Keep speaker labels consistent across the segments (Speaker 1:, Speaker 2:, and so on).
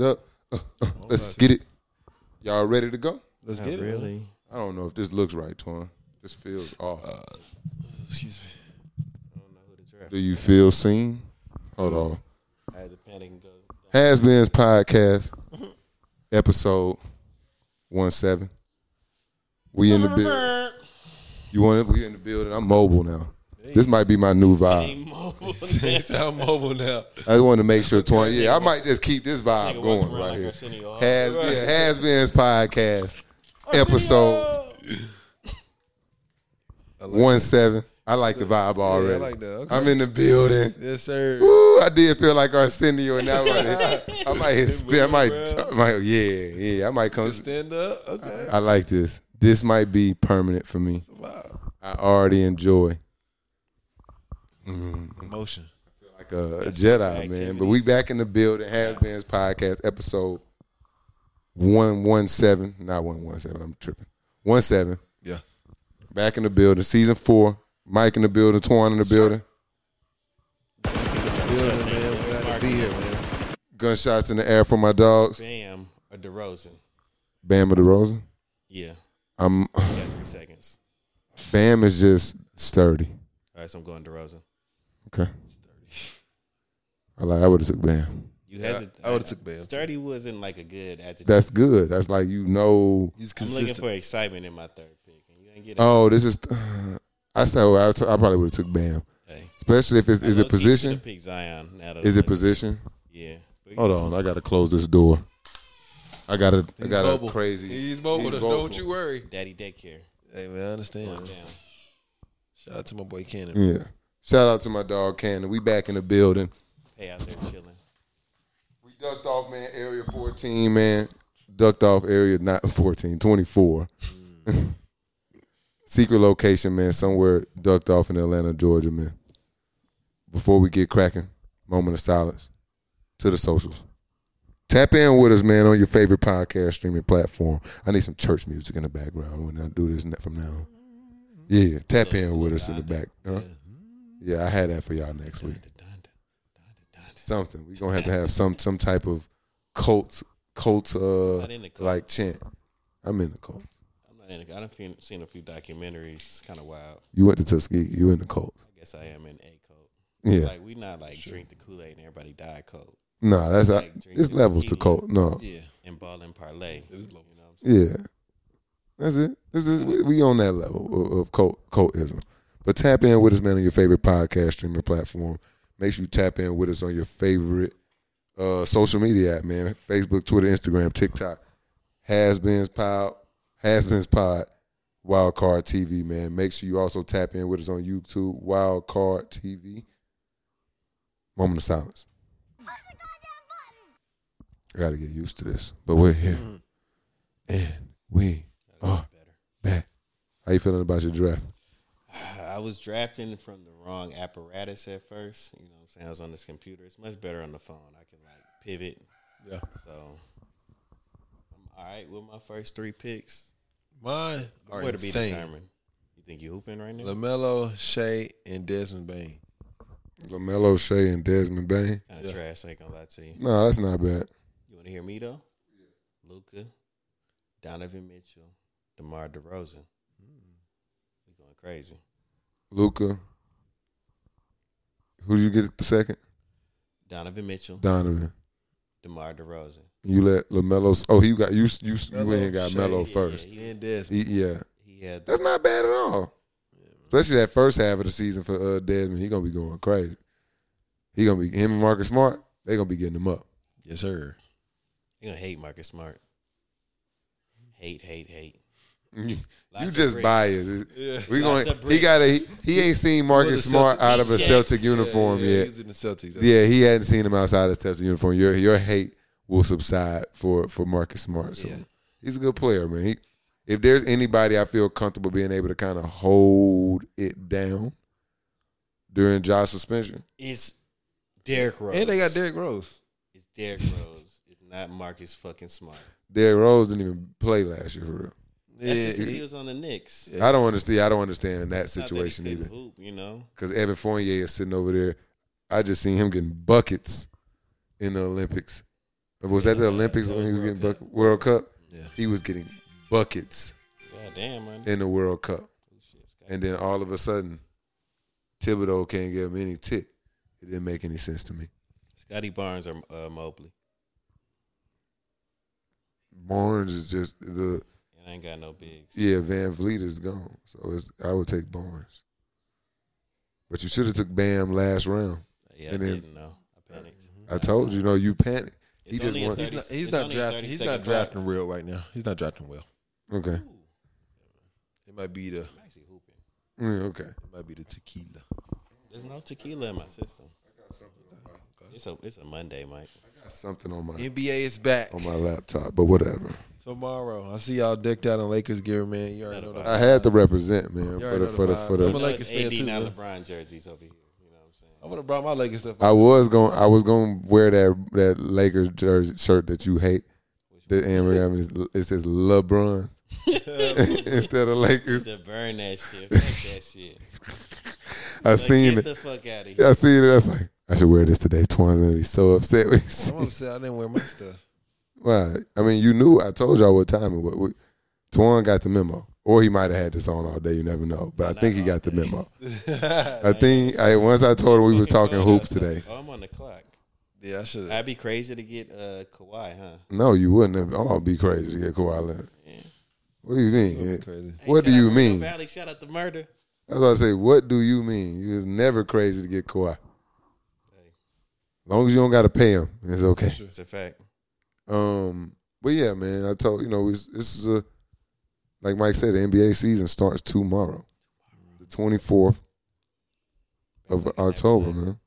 Speaker 1: it up. Uh, uh, let's get it. Y'all ready to go?
Speaker 2: Let's
Speaker 3: Not
Speaker 2: get it.
Speaker 3: really.
Speaker 1: I don't know if this looks right, Twan. This feels off.
Speaker 3: Uh,
Speaker 2: Excuse me.
Speaker 3: I don't know who to draft.
Speaker 1: Do you feel seen? Hold on.
Speaker 3: I had to panic and go.
Speaker 1: Has Been's podcast, episode one seven. We in the building. You want it? We in the building. I'm mobile now. This might be my new vibe.
Speaker 2: They sound mobile now.
Speaker 1: I just wanted to make sure, Twan. Yeah, I might just keep this vibe
Speaker 3: Nigga walking
Speaker 1: going
Speaker 3: around
Speaker 1: right
Speaker 3: like
Speaker 1: here.
Speaker 3: Arsenio Hall.
Speaker 1: Has been has been's podcast
Speaker 3: uh,
Speaker 1: episode
Speaker 2: I like
Speaker 1: one seven. I like the vibe
Speaker 2: that.
Speaker 1: already.
Speaker 2: Yeah, I like that. Okay.
Speaker 1: I'm in the building.
Speaker 2: yes, sir.
Speaker 1: Ooh, I did feel like Arsenio, and now I, might- I might hit spit. I might, I might, yeah, yeah. I might come.
Speaker 2: Stand up. Okay.
Speaker 1: I like this. This might be permanent for me.
Speaker 2: Wow.
Speaker 1: I already enjoy
Speaker 2: Emotion.
Speaker 1: like a, Jedi man. But we
Speaker 3: activities.
Speaker 1: back in the building. Has Been's podcast episode one one seven, not one one seven. I'm tripping. One seven.
Speaker 2: Yeah.
Speaker 1: Back in the building. Season four. Mike in the building. Twan in the building.
Speaker 2: Building, man. Glad to be here, man.
Speaker 1: Gunshots in the air for my dogs.
Speaker 3: Bam or DeRozan.
Speaker 1: Bam of the Rosa.
Speaker 3: Yeah,
Speaker 1: I'm
Speaker 3: you got three seconds.
Speaker 1: Bam is just sturdy.
Speaker 3: All right, so I'm going DeRozan.
Speaker 1: Okay. I like. I would have took Bam.
Speaker 3: You hesitate.
Speaker 2: I would've took Bam, too.
Speaker 3: Sturdy wasn't like a good adjective.
Speaker 1: Oh, That's good. That's like you know.
Speaker 2: He's
Speaker 3: I'm looking
Speaker 2: consistent.
Speaker 3: for excitement in my third pick, and you ain't get it.
Speaker 1: Oh, this is. I said well, I t- I probably would have took Bam,
Speaker 3: Hey.
Speaker 1: especially if it's is
Speaker 3: I
Speaker 1: it
Speaker 3: low-key should've
Speaker 1: position.
Speaker 3: picked Zion. out of
Speaker 1: Is
Speaker 3: the
Speaker 1: it
Speaker 3: thing.
Speaker 1: position? Oh.
Speaker 3: Yeah. But
Speaker 1: Hold on, I gotta close this door. I gotta. I
Speaker 2: He's
Speaker 1: got
Speaker 2: mobile.
Speaker 1: a crazy.
Speaker 2: He's mobile.
Speaker 1: vocal.
Speaker 2: Don't you worry.
Speaker 3: Daddy daycare.
Speaker 2: Hey, man, I understand.
Speaker 3: Calm
Speaker 2: man.
Speaker 3: down.
Speaker 2: Shout out to my boy Cannon.
Speaker 1: Yeah. Shout out to my dog Cannon. We back in the building.
Speaker 3: Hey, out there chilling.
Speaker 1: We ducked off, man. Area 14, man. Ducked off area not 14, 24. Secret location, man. Somewhere ducked off in Atlanta, Georgia, man. Before we get cracking, moment of silence to the socials. Tap in with us, man, on your favorite podcast streaming platform. I need some church music in the background when I do this from now on. Yeah, tap in with us in the back. Huh? Yeah, I had that for y'all next week something. We're gonna have to have some some type of cult cult uh
Speaker 3: Not in the cult.
Speaker 1: like chant. I'm in the cult.
Speaker 3: I'm not in a, I done seen, seen a few documentaries. It's kind of wild.
Speaker 1: You went to Tuskegee. You in the cult?
Speaker 3: I guess I am in a cult.
Speaker 1: Yeah.
Speaker 3: Like, we not like drink the Kool Aid and everybody die cult
Speaker 1: no, that's not,
Speaker 3: like drinking
Speaker 1: it's levels to
Speaker 3: tequila.
Speaker 1: cult. No.
Speaker 2: Yeah.
Speaker 3: and ball and parlay.
Speaker 2: It was low.
Speaker 3: You know what I'm saying?
Speaker 1: Yeah. That's it. This is we- we on that level of, of cult cultism. But tap in with us, man, on your favorite podcast streaming platform. Make sure you tap in with us on your favorite uh, social media app, man. Facebook, Twitter, Instagram, TikTok, Has Been's Pod, Has Been's Pod, Wildcard TV, man. Make sure you also tap in with us on YouTube, Wildcard TV. Moment of silence. I gotta get used to this, but we're here, and we are back. How you feeling about your draft?
Speaker 3: I was drafting from the wrong apparatus at first. You know what I'm saying? I was on this computer. It's much better on the phone. I can like pivot.
Speaker 2: Yeah.
Speaker 3: So I'm all right with my first three picks.
Speaker 2: Mine are
Speaker 3: Where to be
Speaker 2: insane.
Speaker 3: determined. You think you hooping right now?
Speaker 2: LaMelo, Shea, and Desmond Bain.
Speaker 1: Lamelo, Shea, and Desmond Bain.
Speaker 3: Kind of trash. I ain't gonna lie to you.
Speaker 1: No, that's not bad.
Speaker 3: You want to hear me though? Luca, Donovan Mitchell, DeMar DeRozan.
Speaker 2: Hmm.
Speaker 3: We going crazy.
Speaker 1: Luca. Who do you get at the second?
Speaker 3: Donovan Mitchell,
Speaker 1: Donovan.
Speaker 3: DeMar DeRozan.
Speaker 1: You let Lamelo. Oh, you got you. You, you went and got
Speaker 2: Shea,
Speaker 1: Melo
Speaker 3: yeah,
Speaker 1: first.
Speaker 3: yeah,
Speaker 2: And Desmond.
Speaker 1: He- yeah,
Speaker 3: He had
Speaker 1: that's not bad at all. Especially that first half of the season for uh, Desmond, he gonna be going crazy. He gonna be him and Marcus Smart. They gonna be getting him up.
Speaker 2: Yes, sir.
Speaker 3: You gonna hate Marcus Smart. Hate, hate, hate.
Speaker 1: You,
Speaker 3: Lots
Speaker 1: you
Speaker 3: of
Speaker 1: just
Speaker 3: bricks.
Speaker 1: biased.
Speaker 2: Yeah.
Speaker 1: We
Speaker 3: Lots
Speaker 1: going.
Speaker 3: of
Speaker 1: He
Speaker 3: bricks.
Speaker 1: got a. He, he ain't seen Marcus
Speaker 2: Celtics
Speaker 1: Smart out of a
Speaker 3: yet.
Speaker 1: Celtic uniform yet.
Speaker 2: He's in the Celtics.
Speaker 1: Yeah, he hadn't seen him outside his Tesla uniform. Your your hate will subside for for Marcus Smart. So
Speaker 2: Yeah.
Speaker 1: he's a good player, man. He, if there's anybody I feel comfortable being able to kind of hold it down during job suspension,
Speaker 3: It's Derrick Rose.
Speaker 2: And they got Derrick Rose.
Speaker 3: It's Derrick Rose. It's not Marcus fucking Smart.
Speaker 1: Derrick Rose didn't even play last year for real.
Speaker 3: That's just 'cause
Speaker 2: Yeah,
Speaker 3: he was on the Knicks.
Speaker 2: Yeah.
Speaker 1: I don't understand. I don't understand that
Speaker 3: It's not that he
Speaker 1: situation
Speaker 3: couldn't
Speaker 1: either.
Speaker 3: Hoop, you know.
Speaker 1: Because Evan Fournier is sitting over there. I just seen him getting buckets in the Olympics. Was that the Olympics when he was getting bucket World Cup?
Speaker 2: Yeah.
Speaker 1: He was getting buckets
Speaker 3: God damn, man.
Speaker 1: in the World Cup.
Speaker 3: Shit, Scott.
Speaker 1: And then all of a sudden, Thibodeau can't give him any tick. It didn't make any sense to me.
Speaker 3: Scotty Barnes or uh, Mobley.
Speaker 1: Barnes is just the
Speaker 3: And I ain't got no bigs.
Speaker 1: yeah. Van Vliet is gone, so it's, I would take Barnes. But you should have took Bam last round.
Speaker 3: Yeah,
Speaker 1: And
Speaker 3: I
Speaker 1: then-
Speaker 3: didn't know. I panicked.
Speaker 2: Mm-hmm.
Speaker 1: I told you, no, you panicked.
Speaker 3: It's
Speaker 1: he just
Speaker 3: only a
Speaker 1: wants-
Speaker 2: He's
Speaker 3: 30
Speaker 2: not, he's
Speaker 3: it's
Speaker 2: not
Speaker 3: only a
Speaker 2: drafting. He's not
Speaker 3: 30-second drive.
Speaker 2: drafting real right now. He's not drafting well.
Speaker 1: Okay,
Speaker 3: Ooh,
Speaker 2: It might be the it
Speaker 3: I'm actually hooping.
Speaker 1: Mm, okay.
Speaker 2: might be the tequila.
Speaker 3: There's no tequila in my system. It's a it's a Monday, Mike.
Speaker 1: I got something on my
Speaker 2: NBA is back
Speaker 1: on my laptop, but whatever.
Speaker 2: Oh tomorrow. I see y'all decked out in Lakers gear, man. You already know that.
Speaker 1: I had to represent, man,
Speaker 2: You
Speaker 1: for
Speaker 2: already
Speaker 1: the
Speaker 2: know
Speaker 1: for the
Speaker 2: the
Speaker 1: for
Speaker 2: vibes.
Speaker 1: the
Speaker 2: I'm a
Speaker 3: You know,
Speaker 2: Lakers
Speaker 3: it's
Speaker 2: fan
Speaker 3: AD
Speaker 2: too,
Speaker 3: now
Speaker 2: man.
Speaker 3: LeBron jerseys over here. You know what I'm saying?
Speaker 2: I would have brought my Lakers stuff.
Speaker 1: I was going. I was going to wear that that Lakers jersey shirt that you hate. That Amber got me. It says LeBron instead of Lakers.
Speaker 3: To burn that shit. Fuck that shit.
Speaker 1: I
Speaker 3: Like,
Speaker 1: seen
Speaker 3: get
Speaker 1: it.
Speaker 3: the fuck out of
Speaker 1: I
Speaker 3: here.
Speaker 1: seen it. I was like, I should wear this today. Twan's gonna be so upset. when he
Speaker 2: I'm
Speaker 1: sees-
Speaker 2: upset I didn't wear my stuff.
Speaker 1: Why? I mean, you knew. I told y'all what time it was. We- Twan got the memo, or he might have had this on all day. You never know. But I think he got the memo. I think I once I told him we was
Speaker 3: Fucking
Speaker 1: talking
Speaker 3: cold
Speaker 1: hoops
Speaker 3: outside.
Speaker 1: today.
Speaker 3: Oh, I'm on the clock.
Speaker 2: Yeah, I should have.
Speaker 3: I'd be crazy to get uh, Kawhi, huh?
Speaker 1: No, you wouldn't have. Oh, be crazy to get Kawhi Leonard.
Speaker 3: Yeah.
Speaker 1: What do you mean?
Speaker 2: Crazy.
Speaker 3: Hey,
Speaker 1: What
Speaker 3: shout
Speaker 1: do
Speaker 3: out
Speaker 1: you
Speaker 3: Montgomery
Speaker 1: mean?
Speaker 3: Valley, shout out to murder.
Speaker 1: That's what I say. What do you mean? You was never crazy to get Kawhi.
Speaker 3: Hey,
Speaker 1: long as you don't got to pay him, it's okay.
Speaker 3: it's a fact.
Speaker 1: Um, but yeah, man, I told you know it's, this is a like Mike said, the NBA season starts tomorrow, the twenty fourth of
Speaker 3: Back like it never
Speaker 1: October,
Speaker 3: left.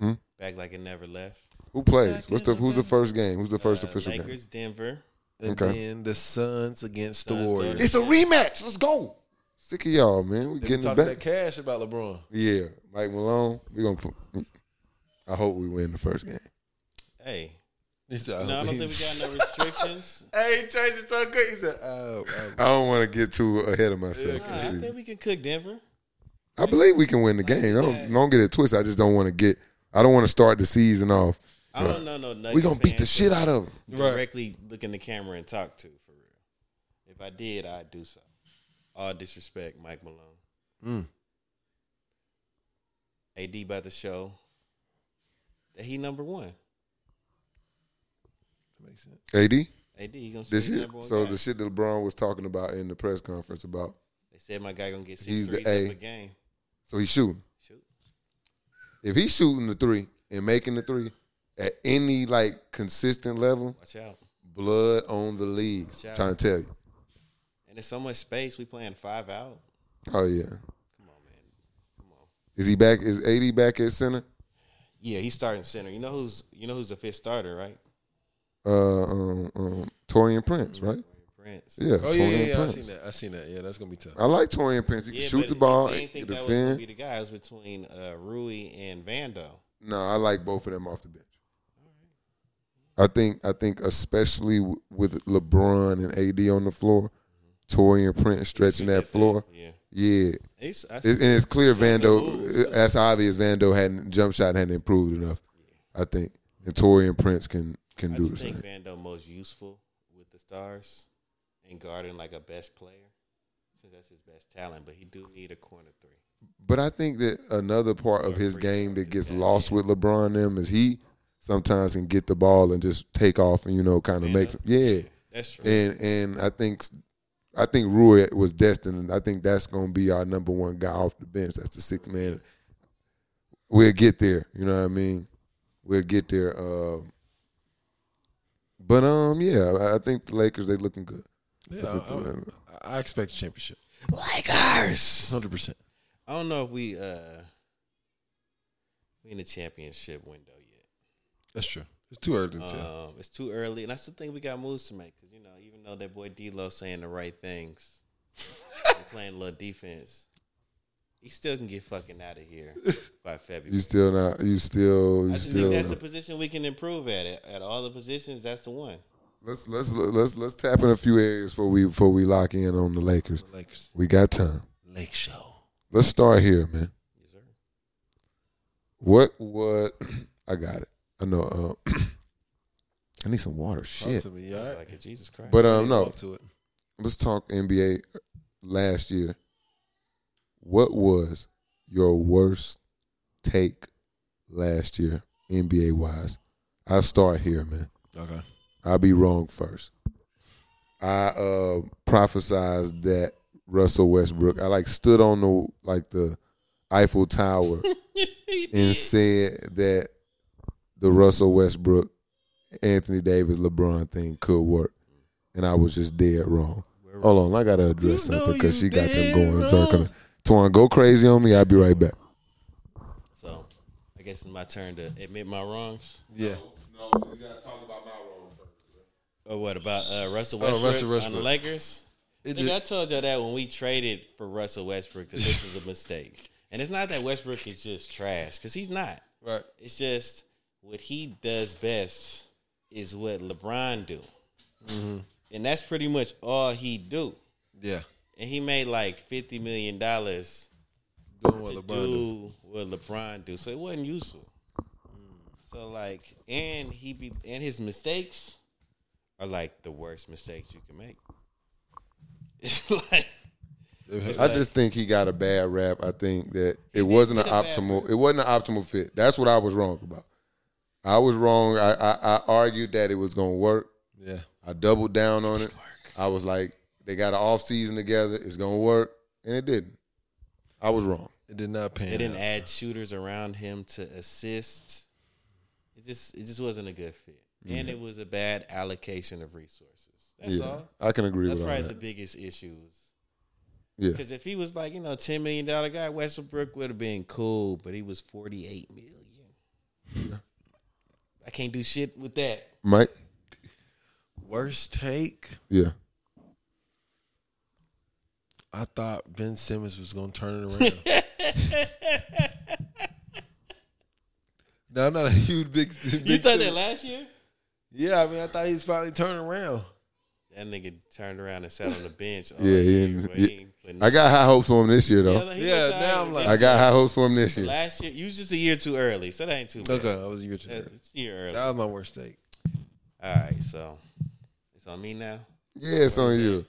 Speaker 1: man.
Speaker 3: Back like it never left.
Speaker 1: Who plays? What's the who's the first game? Who's the first
Speaker 3: Uh,
Speaker 1: official game?
Speaker 3: Lakers, Denver.
Speaker 2: And
Speaker 1: Okay.
Speaker 2: then the Suns against
Speaker 3: Suns
Speaker 2: the
Speaker 3: go
Speaker 2: Warriors.
Speaker 3: to-
Speaker 1: It's a rematch. Let's go. Sick of y'all, man. We
Speaker 2: They
Speaker 1: getting it
Speaker 2: talking
Speaker 1: back.
Speaker 2: that cash about LeBron.
Speaker 1: Yeah, Mike Malone. We gonna. Put, I hope we win the first game.
Speaker 3: Hey,
Speaker 2: He said,
Speaker 1: Oh.
Speaker 3: no, I don't think we got no restrictions.
Speaker 2: Hey, he changed it so good. He said, "Oh, oh."
Speaker 1: I don't want to get too ahead of myself.
Speaker 3: Nah,
Speaker 1: this
Speaker 3: I
Speaker 1: season.
Speaker 3: think we can cook Denver.
Speaker 1: I believe we can win the game. Don't, don't get it twisted. I just don't want to get. I don't want to start the season off.
Speaker 3: I don't know no Nuggets.
Speaker 1: We gonna beat the
Speaker 3: fans
Speaker 1: shit
Speaker 3: to
Speaker 1: out of them.
Speaker 2: Right.
Speaker 3: Directly look in the camera and talk to for real. If I did, I'd do so. All disrespect, Mike Malone.
Speaker 2: Mm.
Speaker 3: AD about to show that he number one.
Speaker 2: That makes sense.
Speaker 1: AD,
Speaker 3: AD, he gonna
Speaker 1: this
Speaker 3: this
Speaker 1: shit.
Speaker 3: number one.
Speaker 1: So
Speaker 3: guy.
Speaker 1: the shit that LeBron was talking about in the press conference about.
Speaker 3: they said my guy gonna get six
Speaker 1: He's the
Speaker 3: threes
Speaker 1: A.
Speaker 3: up a game.
Speaker 1: So he's shooting.
Speaker 3: Shoot.
Speaker 1: If he's shooting the three and making the three at any like consistent level,
Speaker 3: Watch out.
Speaker 1: blood on the league.
Speaker 3: Shout
Speaker 1: trying to tell you.
Speaker 3: And there's so much space. We playing five out.
Speaker 1: Oh yeah.
Speaker 3: Come on, man. Come on.
Speaker 1: Is he back? Is AD back at center?
Speaker 3: Yeah, he's starting center. You know who's you know who's the fifth starter, right?
Speaker 1: Uh, um, um, Torian Prince, right?
Speaker 3: Prince.
Speaker 1: Yeah,
Speaker 2: Oh yeah,
Speaker 1: Torian
Speaker 2: yeah, yeah. I
Speaker 1: Prince.
Speaker 2: seen that. I seen that. Yeah, that's gonna be tough.
Speaker 1: I like Torian Prince. He can
Speaker 3: Yeah,
Speaker 1: shoot
Speaker 3: but
Speaker 1: the ball,
Speaker 3: They
Speaker 1: he can
Speaker 3: didn't think that was gonna
Speaker 1: defend.
Speaker 3: be the guy. It was between uh, Rui and Vando.
Speaker 1: No, I like both of them off the bench. I think I think especially w- with LeBron and AD on the floor, Torian Prince stretching that floor.
Speaker 3: Yeah,
Speaker 1: Yeah,
Speaker 3: it's, I,
Speaker 1: It- and it's clear
Speaker 3: Something
Speaker 1: Vando.
Speaker 3: moves.
Speaker 1: That's obvious. Vando hadn't jump shot hadn't improved enough. I think, and Torian Prince can can
Speaker 3: I
Speaker 1: do
Speaker 3: just
Speaker 1: the
Speaker 3: think
Speaker 1: same.
Speaker 3: Vando most useful with the Stars and guarding like a best player, since that's his best talent. But he do need a corner three.
Speaker 1: But I think that another part of his
Speaker 3: free
Speaker 1: game
Speaker 3: throw
Speaker 1: that gets
Speaker 3: contest,
Speaker 1: lost with LeBron and them is he sometimes can get the ball and just take off and you know kind of
Speaker 3: Vando?
Speaker 1: makes yeah.
Speaker 3: that's true.
Speaker 1: and and I think I think Rui was destined. and I think that's going to be our number one guy off the bench. That's the sixth man. We'll get there. You know what I mean? We'll get there. Uh, but um, yeah, I- I think the Lakers they looking good.
Speaker 2: Yeah, I- I, I expect a championship.
Speaker 3: Lakers.
Speaker 2: Hundred percent.
Speaker 3: I don't know if we uh we in the championship window yet.
Speaker 2: That's true. It's too early to tell.
Speaker 3: Um, it's too early, and I still think we got moves to make. Cause you know, even though that boy D'Lo saying the right things, and playing a little defense, he still can get fucking out of here by February.
Speaker 1: You still not? You still?
Speaker 3: I
Speaker 1: You
Speaker 3: just
Speaker 1: still?
Speaker 3: think that's the position we can improve at. It at all the positions, that's the one.
Speaker 1: let's let's let's let's tap in a few areas before we before we lock in on the Lakers.
Speaker 2: Lakers.
Speaker 1: We got time.
Speaker 2: Lake Show.
Speaker 1: Let's start here, man.
Speaker 3: Yes, sir.
Speaker 1: What what I got it. I know uh I need some water.
Speaker 2: Talk
Speaker 1: Shit.
Speaker 2: to me,
Speaker 3: I
Speaker 2: all
Speaker 3: was
Speaker 2: right?
Speaker 3: like, Jesus Christ.
Speaker 1: But um, no,
Speaker 2: Talk to it.
Speaker 1: let's talk NBA last year. What was your worst take last year, NBA wise? I'll start here, man.
Speaker 2: Okay.
Speaker 1: I'll be wrong first. I uh prophesized that Russell Westbrook. I like stood on the like the Eiffel Tower and said that the Russell Westbrook, Anthony Davis, LeBron thing could work, and I was just dead wrong. Hold on, I gotta address
Speaker 2: You know
Speaker 1: something because she
Speaker 2: you
Speaker 1: got them
Speaker 2: dead
Speaker 1: going
Speaker 2: wrong.
Speaker 1: circling. Twan, go crazy on me. I'll be right back.
Speaker 3: So I guess it's my turn to admit my wrongs.
Speaker 2: Yeah.
Speaker 1: No, we gotta talk about my wrong
Speaker 3: Or what about uh, Russell
Speaker 2: Oh, Russell
Speaker 3: Westbrook, on the
Speaker 2: Westbrook.
Speaker 3: Lakers?
Speaker 2: It
Speaker 3: Nigga, I
Speaker 2: just,
Speaker 3: told y'all that when we traded for Russell Westbrook that this was a mistake. And it's not that Westbrook is just trash because he's not.
Speaker 2: right.
Speaker 3: It's just what he does best is what LeBron do,
Speaker 2: Mm-hmm.
Speaker 3: and that's pretty much all he do.
Speaker 2: Yeah.
Speaker 3: And he made like fifty million dollars
Speaker 2: Doing what
Speaker 3: to
Speaker 2: LeBron do.
Speaker 3: do what LeBron do, so it wasn't useful. So like, and he be and his mistakes are like the worst mistakes you can make. It's like
Speaker 2: It-
Speaker 1: I just think he got a bad rap. I think that it
Speaker 3: did
Speaker 1: wasn't an
Speaker 3: get a bad
Speaker 1: optimal. It wasn't an optimal fit. That's what I was wrong about. I was wrong. I I, I argued that it was gonna work.
Speaker 2: Yeah.
Speaker 1: I doubled down on it. I was like, they got an off season together. It's gonna work, and it didn't. I was wrong.
Speaker 2: It did not pan.
Speaker 3: they didn't
Speaker 2: out.
Speaker 3: add shooters around him to assist. It just it just wasn't a good fit, and it was a bad allocation of resources. That's
Speaker 1: yeah,
Speaker 3: all.
Speaker 1: I can agree
Speaker 3: That's
Speaker 1: with all
Speaker 3: probably the
Speaker 1: that.
Speaker 3: biggest issues.
Speaker 1: Yeah,
Speaker 3: Because if he was like you know ten million dollar guy, Westbrook would have been cool. But he was forty eight million. I can't do shit with that.
Speaker 1: Mike.
Speaker 2: Worst take.
Speaker 1: Yeah,
Speaker 2: I thought Ben Simmons was gonna turn it around. no, I'm not a huge big. big
Speaker 3: You thought
Speaker 2: Simmons-
Speaker 3: that last year?
Speaker 2: Yeah, I mean, I thought he was finally turning around.
Speaker 3: That nigga turned around and sat on the bench. All
Speaker 1: Yeah,
Speaker 3: yeah,
Speaker 1: he
Speaker 3: year,
Speaker 1: didn't-
Speaker 3: bro. he
Speaker 1: yeah.
Speaker 3: ain't put
Speaker 1: I got high hopes for him this year
Speaker 3: nothing-
Speaker 1: though.
Speaker 3: he was
Speaker 2: Yeah,
Speaker 3: all
Speaker 2: now
Speaker 3: right
Speaker 2: I'm like-
Speaker 1: I
Speaker 3: this
Speaker 1: got
Speaker 3: year.
Speaker 1: high hopes for him this year.
Speaker 3: last year. You was just a year too early, so that ain't too bad.
Speaker 2: Okay, I was your turn.
Speaker 3: That's it's a year early.
Speaker 2: That was my worst take.
Speaker 3: All right, so it's on me now.
Speaker 1: Yeah, it's on you.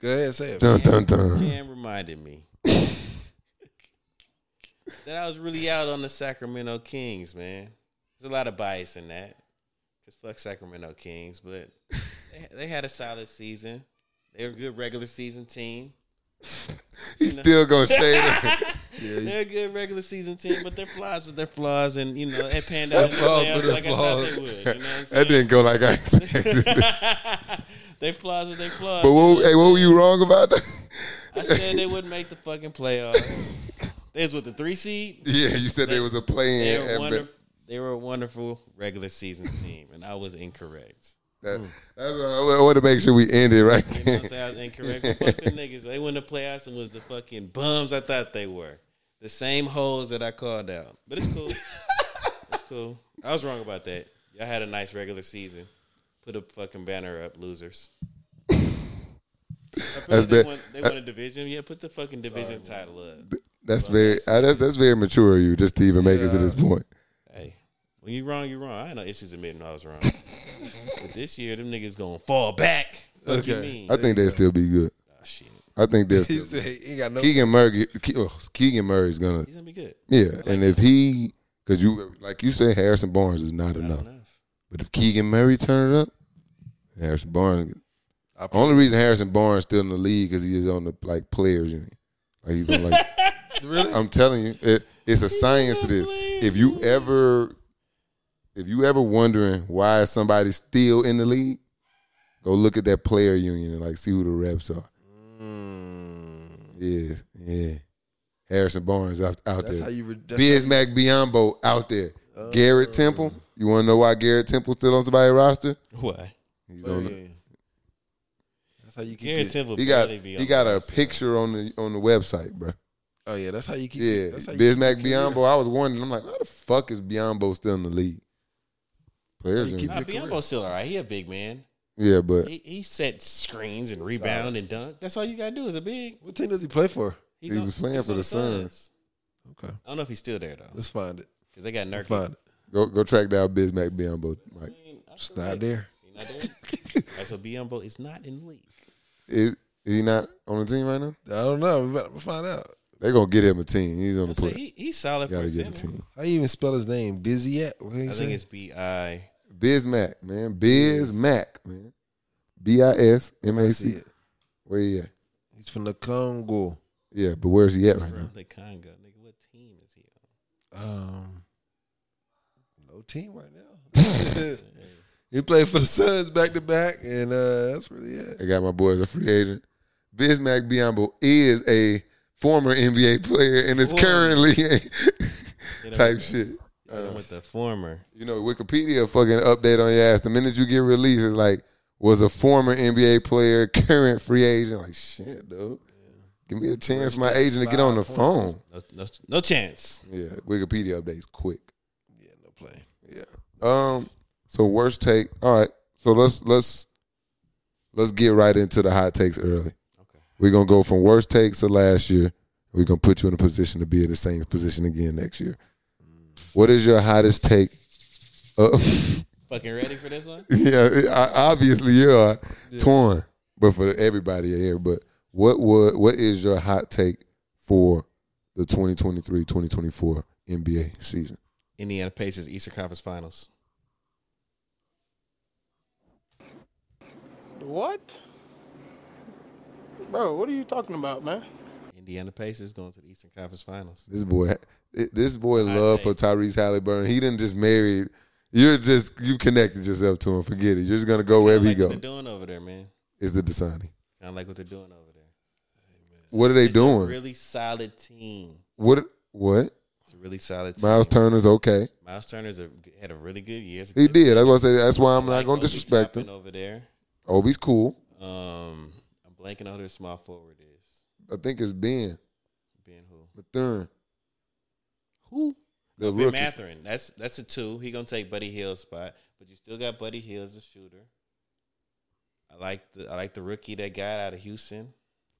Speaker 2: Go ahead, say it.
Speaker 1: Dun dun dun.
Speaker 3: Cam reminded me that I was really out on the Sacramento Kings, man. There's a lot of bias in that. Because fuck Sacramento Kings, but they, they had a solid season. They were a good regular season team.
Speaker 1: He's still gonna shade him.
Speaker 3: They're a good regular season team, but their flaws with their flaws, and you know, it panned out in the
Speaker 2: flaws
Speaker 3: playoffs
Speaker 2: with their
Speaker 3: like I thought they
Speaker 2: flaws.
Speaker 3: would. You know what I'm
Speaker 1: that
Speaker 3: saying?
Speaker 1: didn't go like I expected.
Speaker 3: they flaws with their flaws.
Speaker 1: But
Speaker 3: you know
Speaker 1: what,
Speaker 3: what
Speaker 1: hey,
Speaker 3: I'm
Speaker 1: what
Speaker 3: saying?
Speaker 1: were you wrong about? That?
Speaker 3: I said they wouldn't make the fucking playoffs. They was with the three seed.
Speaker 1: yeah, you said there was a play
Speaker 3: They
Speaker 1: in.
Speaker 3: were,
Speaker 1: at
Speaker 3: wonder-
Speaker 1: Be-
Speaker 3: they were a wonderful regular season team, and I was incorrect.
Speaker 1: That, that's what I, I want to make sure we end it right
Speaker 3: You
Speaker 1: there.
Speaker 3: know what I'm saying? I was incorrect. But fuck the niggas. They went to playoffs and was the fucking bums I thought they were. The same holes that I called out. But it's cool. it's cool. I was wrong about that. Y'all had a nice regular season. Put a fucking banner up, losers. I feel
Speaker 1: That's
Speaker 3: like they,
Speaker 1: bad.
Speaker 3: won, they won a division. Yeah, put the fucking division title up.
Speaker 1: That's very uh, that's that's very mature of you just to even make it to this point.
Speaker 3: Hey, when you wrong, you wrong. I had no issues admitting I was wrong. but this year, them niggas gonna fall back. Fuck you
Speaker 2: Okay.
Speaker 3: mean?
Speaker 1: I think they'll still be good.
Speaker 3: Ah, shit.
Speaker 1: I think they'll
Speaker 2: He
Speaker 1: still.
Speaker 2: said he ain't got no.
Speaker 1: Keegan Murray, Ke- oh, Keegan Murray's gonna
Speaker 3: He's gonna be good.
Speaker 1: yeah. And if he, because you like you said, Harrison Barnes is not enough.
Speaker 3: Enough.
Speaker 1: But if Keegan Murray turn it up, Harrison Barnes.
Speaker 2: I put-
Speaker 1: Only reason Harrison Barnes still in the league because he is on the like players unit. Like he's on like
Speaker 2: really?
Speaker 1: I'm telling you, it, it's a science to this. If you ever, if you ever wondering why is somebody still in the league, go look at that player union and like see who the reps are.
Speaker 3: Mm.
Speaker 1: Yeah, yeah. Harrison Barnes out, out
Speaker 2: That's how
Speaker 1: there.
Speaker 2: you. Oh. Re- that's how,
Speaker 1: Bismack Biombo out there. Garrett Temple. You want to know why Garrett Temple's still on somebody's roster?
Speaker 3: Why?
Speaker 1: He's
Speaker 2: player
Speaker 1: on. The,
Speaker 2: union. oh, that's how you keep.
Speaker 3: Garrett
Speaker 2: it-
Speaker 3: Temple
Speaker 1: he got
Speaker 3: barely be
Speaker 1: he
Speaker 3: on
Speaker 1: got
Speaker 3: the
Speaker 1: a
Speaker 3: roster.
Speaker 1: picture on the on the website, bro.
Speaker 2: Oh yeah, that's how you keep.
Speaker 1: Yeah,
Speaker 2: it- That's how you
Speaker 1: Bismack
Speaker 2: keep your career.
Speaker 1: Biombo. I was wondering. I'm like, how the fuck is Biombo still in the league? Players,
Speaker 2: He
Speaker 1: in
Speaker 2: keep-
Speaker 3: Nah,
Speaker 2: your career.
Speaker 3: Biombo's still all right. He a big man.
Speaker 1: yeah, but
Speaker 3: He, he set screens and rebound and dunk. That's all you gotta do is a big.
Speaker 2: What team does he play for?
Speaker 3: He's
Speaker 1: He was playing
Speaker 3: he's
Speaker 1: for the Suns.
Speaker 2: Okay,
Speaker 3: I don't know if he's still there though,
Speaker 2: let's find it.
Speaker 3: because they got Nurkic.
Speaker 2: Find it.
Speaker 1: go go track down Bismack Biombo, Mike.
Speaker 3: I mean, I feel
Speaker 2: It's not
Speaker 3: like-
Speaker 2: there.
Speaker 3: not the league. All right, so Biombo is not in the league.
Speaker 1: Is, is he not on the team right now?
Speaker 2: I don't know. We better find out.
Speaker 1: They gonna get him a team. He's on the
Speaker 3: So
Speaker 1: play.
Speaker 3: he, he's solid for
Speaker 1: Gotta
Speaker 3: a
Speaker 1: get a
Speaker 3: center.
Speaker 1: team.
Speaker 2: How you even spell his name? Busy yet? What
Speaker 3: I think it's B I.
Speaker 1: Biz Mac, man. Biz Mac, man. B I S M A
Speaker 2: see
Speaker 1: C.
Speaker 2: it.
Speaker 1: Where he at?
Speaker 2: He's from the Congo.
Speaker 1: Yeah, but where's he at right now?
Speaker 3: From the Congo, nigga. What team is he
Speaker 2: Um, no team right now. he played for the Suns back to back, and uh, that's really it.
Speaker 1: I got my boy as a free agent. Biz Mac Biombo is a former NBA player and is
Speaker 3: Former.
Speaker 1: currently
Speaker 3: on?
Speaker 1: type shit.
Speaker 3: Uh, with the former.
Speaker 1: You know, Wikipedia fucking update on your ass. The minute you get released, it's like was a former NBA player, current free agent. Like shit, dude. Give me a chance, for my agent, to get on the phone.
Speaker 3: No, no, no chance.
Speaker 1: Yeah, Wikipedia updates quick.
Speaker 2: Yeah, no play.
Speaker 1: Yeah. Um. So worst take. All right. So let's let's let's get right into the hot takes early.
Speaker 3: Okay.
Speaker 1: We're gonna go from worst takes of last year. We're gonna put you in a position to be in the same position again next year. What is your hottest take? Uh,
Speaker 3: Fucking ready for this one?
Speaker 1: yeah, I, obviously you are torn, but for everybody here. But what would what is your hot take for the 2023-2024 NBA season?
Speaker 3: Indiana Pacers Eastern Conference Finals.
Speaker 4: What? Bro, what are you talking about, man?
Speaker 3: Indiana Pacers going to the Eastern Conference Finals.
Speaker 1: This boy, this boy, love for Tyrese Halliburton. He didn't just married. You're just you connected yourself to him. Forget it. You're just gonna go wherever
Speaker 3: Kinda
Speaker 1: you
Speaker 3: like
Speaker 1: go.
Speaker 3: What they're doing over there, man.
Speaker 1: Is the Dasani.
Speaker 3: Kind of like what they're doing over there.
Speaker 1: What are they
Speaker 3: It's a
Speaker 1: doing?
Speaker 3: really solid team.
Speaker 1: what? What?
Speaker 3: It's a really solid team.
Speaker 1: Miles Turner's okay.
Speaker 3: Miles Turner's a, had a really good year. It's a
Speaker 1: He
Speaker 3: good-
Speaker 1: did. That's why I say. That's why I'm
Speaker 3: like
Speaker 1: not gonna
Speaker 3: Obi
Speaker 1: disrespect
Speaker 3: Toppin
Speaker 1: him.
Speaker 3: over there.
Speaker 1: Obi's cool.
Speaker 3: Um, I'm blanking on who their small forward is.
Speaker 1: I think it's Ben
Speaker 3: Being who?
Speaker 1: Mathurin,
Speaker 3: Who? Oh,
Speaker 1: the
Speaker 3: Ben
Speaker 1: rookie.
Speaker 3: Matherin. That's that's a two. He gonna take Buddy Hill's spot, but you still got Buddy Hill as a shooter. I like the I like the rookie that got out of Houston.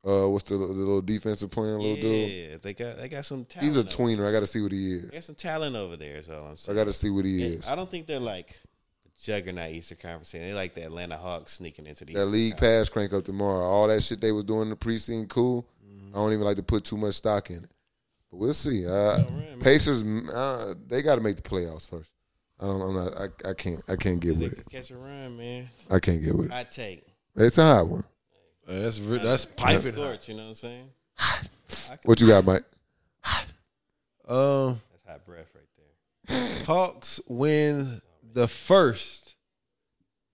Speaker 1: Uh, what's the, the little defensive playing little
Speaker 3: yeah,
Speaker 1: dude?
Speaker 3: they got they got some talent.
Speaker 1: He's a
Speaker 3: over-
Speaker 1: tweener. I gotta see what he is.
Speaker 3: They got some talent over there. Is all I'm
Speaker 1: I
Speaker 3: saying.
Speaker 1: gotta see what he
Speaker 3: And
Speaker 1: is.
Speaker 3: I don't think they're like the juggernaut Eastern Conference. team. They like the Atlanta Hawks sneaking into the
Speaker 1: That
Speaker 3: Eastern
Speaker 1: league
Speaker 3: Conference.
Speaker 1: pass crank up tomorrow. All that shit they was doing in the preseason, cool. I don't even like to put too much stock in it. But we'll see. Uh,
Speaker 3: man.
Speaker 1: Pacers, mm, uh, they got to make the playoffs first. I don't. I'm not. I, I can't. I can't get
Speaker 3: They
Speaker 1: with it.
Speaker 3: could catch a run, man.
Speaker 1: I can't get with it.
Speaker 3: I take
Speaker 1: It's a hot one.
Speaker 2: Uh, that's re- that's piping. hot.
Speaker 3: scorch. You know what I'm saying?
Speaker 1: What you got, Mike?
Speaker 2: Um,
Speaker 3: That's hot breath right there.
Speaker 2: Hawks win the first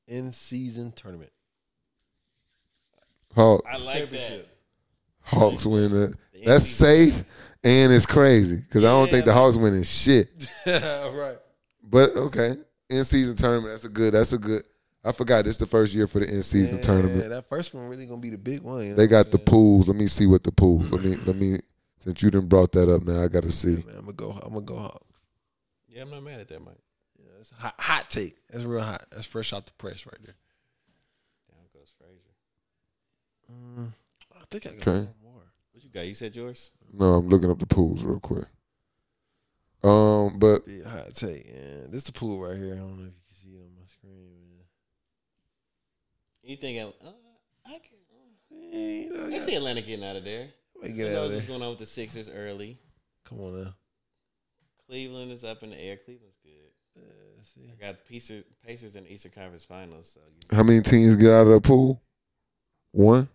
Speaker 2: in season tournament.
Speaker 1: Hawk,
Speaker 3: I like that.
Speaker 1: Hawks win. The,
Speaker 3: The
Speaker 1: that's
Speaker 3: NBA.
Speaker 1: safe, and it's crazy because I don't
Speaker 3: Yeah,
Speaker 1: think the
Speaker 3: like-
Speaker 1: Hawks winning shit.
Speaker 2: All right.
Speaker 1: But okay, in season tournament. That's a good. That's a good. I forgot. This the first year for the in season tournament.
Speaker 2: Yeah, that first one really gonna be the big one. you know
Speaker 1: They
Speaker 2: what
Speaker 1: got the pools. Let me see what the pools. Let me let me since you done brought that up now, I gotta see.
Speaker 2: I'm saying? Man, I'm gonna go. I'm gonna go Hawks.
Speaker 3: Yeah, I'm not mad at that, Mike.
Speaker 2: Yeah, that's a hot, hot take. That's real hot. That's fresh out the press right there.
Speaker 3: Down goes Frazier.
Speaker 2: Mm, I think I got
Speaker 1: Okay.
Speaker 2: one more.
Speaker 3: What you got? You said yours.
Speaker 1: No, I'm looking up the pools real quick. Um, but
Speaker 2: Big hot take. And this is the pool right here. I don't know if you can see it on my screen. Man.
Speaker 3: You thinking? Uh, I can.
Speaker 2: Hey, you know, I
Speaker 3: I
Speaker 2: got-
Speaker 3: see Atlanta getting out of there.
Speaker 2: Let me
Speaker 3: Who
Speaker 2: get out
Speaker 3: knows
Speaker 2: of
Speaker 3: what's
Speaker 2: there.
Speaker 3: going on with the Sixers early?
Speaker 2: Come on now.
Speaker 3: Cleveland is up in the air. Cleveland's good.
Speaker 2: Uh, let's see.
Speaker 3: I got Pacers, Pacers in the Eastern Conference Finals. So you,
Speaker 1: how many teams get out of the pool? One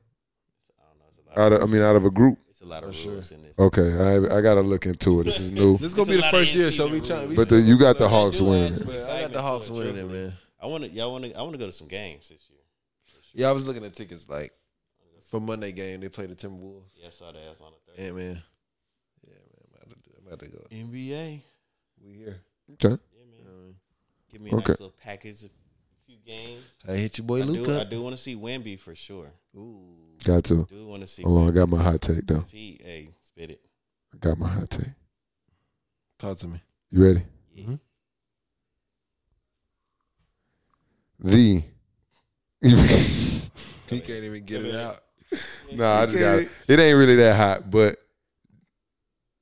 Speaker 3: I don't know. It's a lot.
Speaker 1: out of I mean out of a group.
Speaker 3: it's a lot of
Speaker 2: For sure.
Speaker 3: rules in this.
Speaker 1: Okay, I I gotta look into it. This is new.
Speaker 2: This is
Speaker 3: It's
Speaker 2: gonna
Speaker 3: a
Speaker 2: be
Speaker 3: lot
Speaker 2: the
Speaker 3: of
Speaker 2: first year, so
Speaker 3: in-season
Speaker 2: we trying. We
Speaker 1: But the, you got the Hawks
Speaker 3: do
Speaker 1: winning.
Speaker 3: add
Speaker 1: it.
Speaker 3: some
Speaker 2: Man, I got
Speaker 3: excitement
Speaker 2: the
Speaker 3: to
Speaker 2: Hawks
Speaker 3: it,
Speaker 2: winning, it,
Speaker 3: truthfully.
Speaker 2: man.
Speaker 3: I want to. Y'all want to. I want to go to some games this year.
Speaker 2: Yeah, I was looking at tickets like for Monday game. They play the Timberwolves.
Speaker 3: Yeah, I saw that ass on the third.
Speaker 2: Yeah, man. Yeah, man. I'm about to, do, I'm about to go.
Speaker 3: NBA.
Speaker 2: We here.
Speaker 1: Okay,
Speaker 2: You
Speaker 3: Yeah,
Speaker 2: know
Speaker 3: man.
Speaker 2: what I mean?
Speaker 3: Give me a nice
Speaker 1: Okay.
Speaker 3: little package of a few games.
Speaker 2: Hey, hit your boy
Speaker 3: I do, I
Speaker 2: Luca.
Speaker 3: do want to see Wemby for sure.
Speaker 2: Ooh,
Speaker 1: got to.
Speaker 3: Do want to see.
Speaker 1: Hold on, I
Speaker 3: Wemby.
Speaker 1: got my hot take though.
Speaker 3: See, hey, spit it.
Speaker 1: I got my hot take.
Speaker 2: talk to me.
Speaker 1: You ready?
Speaker 3: Yeah.
Speaker 1: Mm-hmm.
Speaker 2: Mhm.
Speaker 1: The
Speaker 2: He can't even get it out.
Speaker 1: No, I just got it. It ain't really that hot, but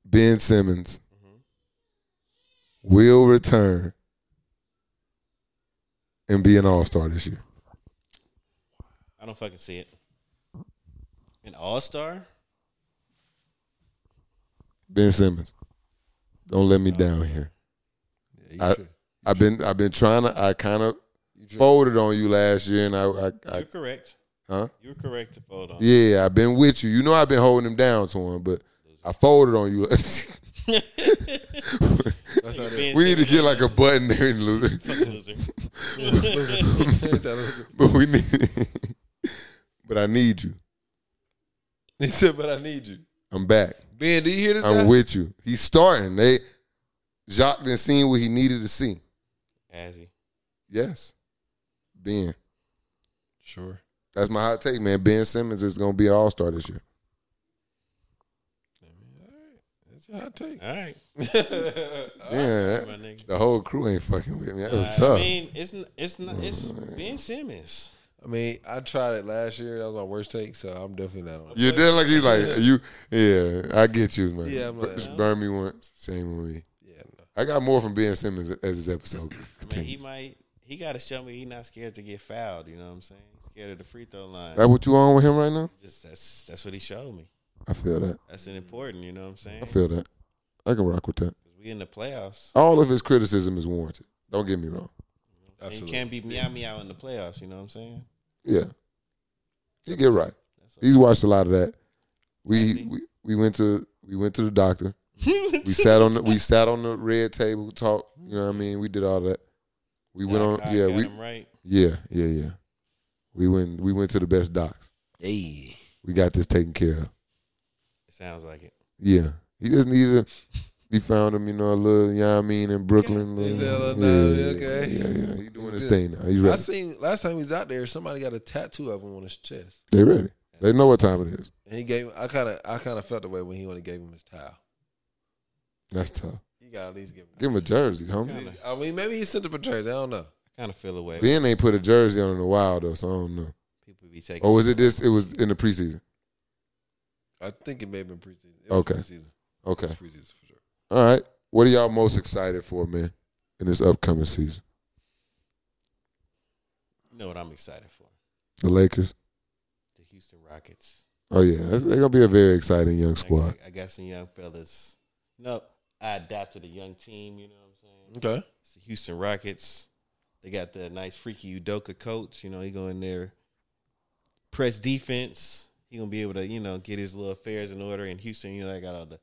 Speaker 1: Ben Simmons
Speaker 3: Mhm.
Speaker 1: will return and be an all star this year.
Speaker 3: I don't fucking see it. An all star?
Speaker 1: Ben Simmons, don't let me down here.
Speaker 2: Yeah, you
Speaker 1: I-
Speaker 2: tri-
Speaker 1: I've been I've been trying to. I kind of
Speaker 2: you tri-
Speaker 1: folded on you last year, and I, I,
Speaker 3: You're
Speaker 1: I
Speaker 3: correct.
Speaker 1: huh?
Speaker 3: You were correct to fold on.
Speaker 1: Yeah, I've been with you. You know I've been holding him down to him, but I folded on you.
Speaker 2: That's
Speaker 3: You're
Speaker 2: not it.
Speaker 3: being
Speaker 1: we need to get like a button there, loser.
Speaker 3: fucking loser.
Speaker 2: That's not it.
Speaker 1: But we need. but I need you.
Speaker 2: He said, "But I need you,
Speaker 1: I'm back.
Speaker 2: Ben. Do you hear this guy?
Speaker 1: I'm with you. He's starting. They Jacques didn't seen what he needed to see.
Speaker 3: Azzy.
Speaker 1: Yes, Ben.
Speaker 2: Sure.
Speaker 1: That's my hot take, man. Ben Simmons is going to be an All Star this year.
Speaker 2: That's your hot take.
Speaker 3: All right.
Speaker 1: Yeah,
Speaker 3: My nigga.
Speaker 1: the whole crew ain't fucking with me. That was
Speaker 3: Oh,
Speaker 1: tough.
Speaker 3: I mean, it's n- it's not it's Ben Simmons.
Speaker 2: I mean, I tried it last year. That was my worst take, so I'm definitely not on. it.
Speaker 1: You're dead like he's like you. Yeah, I get you, man.
Speaker 2: Yeah, I'm like,
Speaker 1: Just burn me once, shame on me.
Speaker 2: Yeah, no.
Speaker 1: I got more from Ben Simmons as this episode
Speaker 3: I mean, he
Speaker 1: continues.
Speaker 3: might he got to show me he's not scared to get fouled. You know what I'm saying? Scared of the free throw line.
Speaker 1: That what you on with him right now?
Speaker 3: Just that's that's what he showed me.
Speaker 1: I feel that.
Speaker 3: That's an important. You know what I'm saying?
Speaker 1: I feel that. I can rock with that.
Speaker 3: 'Cause we in the playoffs.
Speaker 1: All of his criticism is warranted. Don't get me wrong.
Speaker 3: And you
Speaker 2: Absolutely.
Speaker 3: can't be meow meow in the playoffs. You know what I'm saying?
Speaker 1: Yeah, you get right.
Speaker 3: That's
Speaker 1: He's watched a lot of that.
Speaker 3: Has
Speaker 1: We
Speaker 3: he?
Speaker 1: we, we went to we went to the doctor.
Speaker 3: all.
Speaker 1: We sat on the we sat on the red table talk. You know what I mean? We did all that. We went on.
Speaker 3: Doc,
Speaker 1: Yeah,
Speaker 3: got
Speaker 1: we
Speaker 3: him right.
Speaker 1: yeah yeah yeah. We went we went to the best docs.
Speaker 2: Hey,
Speaker 1: We got this taken care of.
Speaker 3: It sounds like it.
Speaker 1: Yeah, he just needed. to We found him, you know, a little. You know what I mean? In Brooklyn,
Speaker 2: He's
Speaker 1: little-
Speaker 2: a little
Speaker 1: yeah,
Speaker 2: nub, okay.
Speaker 1: yeah, yeah. He doing
Speaker 2: He's
Speaker 1: his
Speaker 2: good.
Speaker 1: thing now. He's
Speaker 2: I
Speaker 1: ready.
Speaker 2: seen last time he was out there. Somebody got a tattoo of him on his chest,
Speaker 1: They ready. They know what time it is.
Speaker 2: and he gave. I kind of, I kind of felt the way when he only gave him his towel.
Speaker 1: That's tough.
Speaker 2: You gotta at least give him.
Speaker 1: Give him a jersey, homie.
Speaker 3: Kinda.
Speaker 2: I mean, maybe he sent him a jersey. I don't know.
Speaker 3: I kind of feel away.
Speaker 1: Ben ain't put a jersey on in a while though, so I don't know.
Speaker 3: People be taking.
Speaker 1: Or was it this? It was in the preseason.
Speaker 2: I think it may have been preseason. It was
Speaker 1: Okay.
Speaker 2: preseason. It
Speaker 1: Okay.
Speaker 2: was preseason for sure.
Speaker 1: All right. What are y'all most excited for, man, in this upcoming season?
Speaker 3: You know what I'm excited for?
Speaker 1: The Lakers.
Speaker 3: The Houston Rockets.
Speaker 1: Oh yeah, that's- they're gonna be a very exciting young
Speaker 3: I-
Speaker 1: squad.
Speaker 3: I, I got some young fellas. No, I adopted a young team. You know what I'm saying?
Speaker 1: Mm-hmm.
Speaker 2: Okay.
Speaker 3: It's the Houston Rockets. They got the nice freaky Udoka coach. You know, he go in there, press defense. He gonna be able to, you know, get his little affairs in order. In Houston, you know, they got all the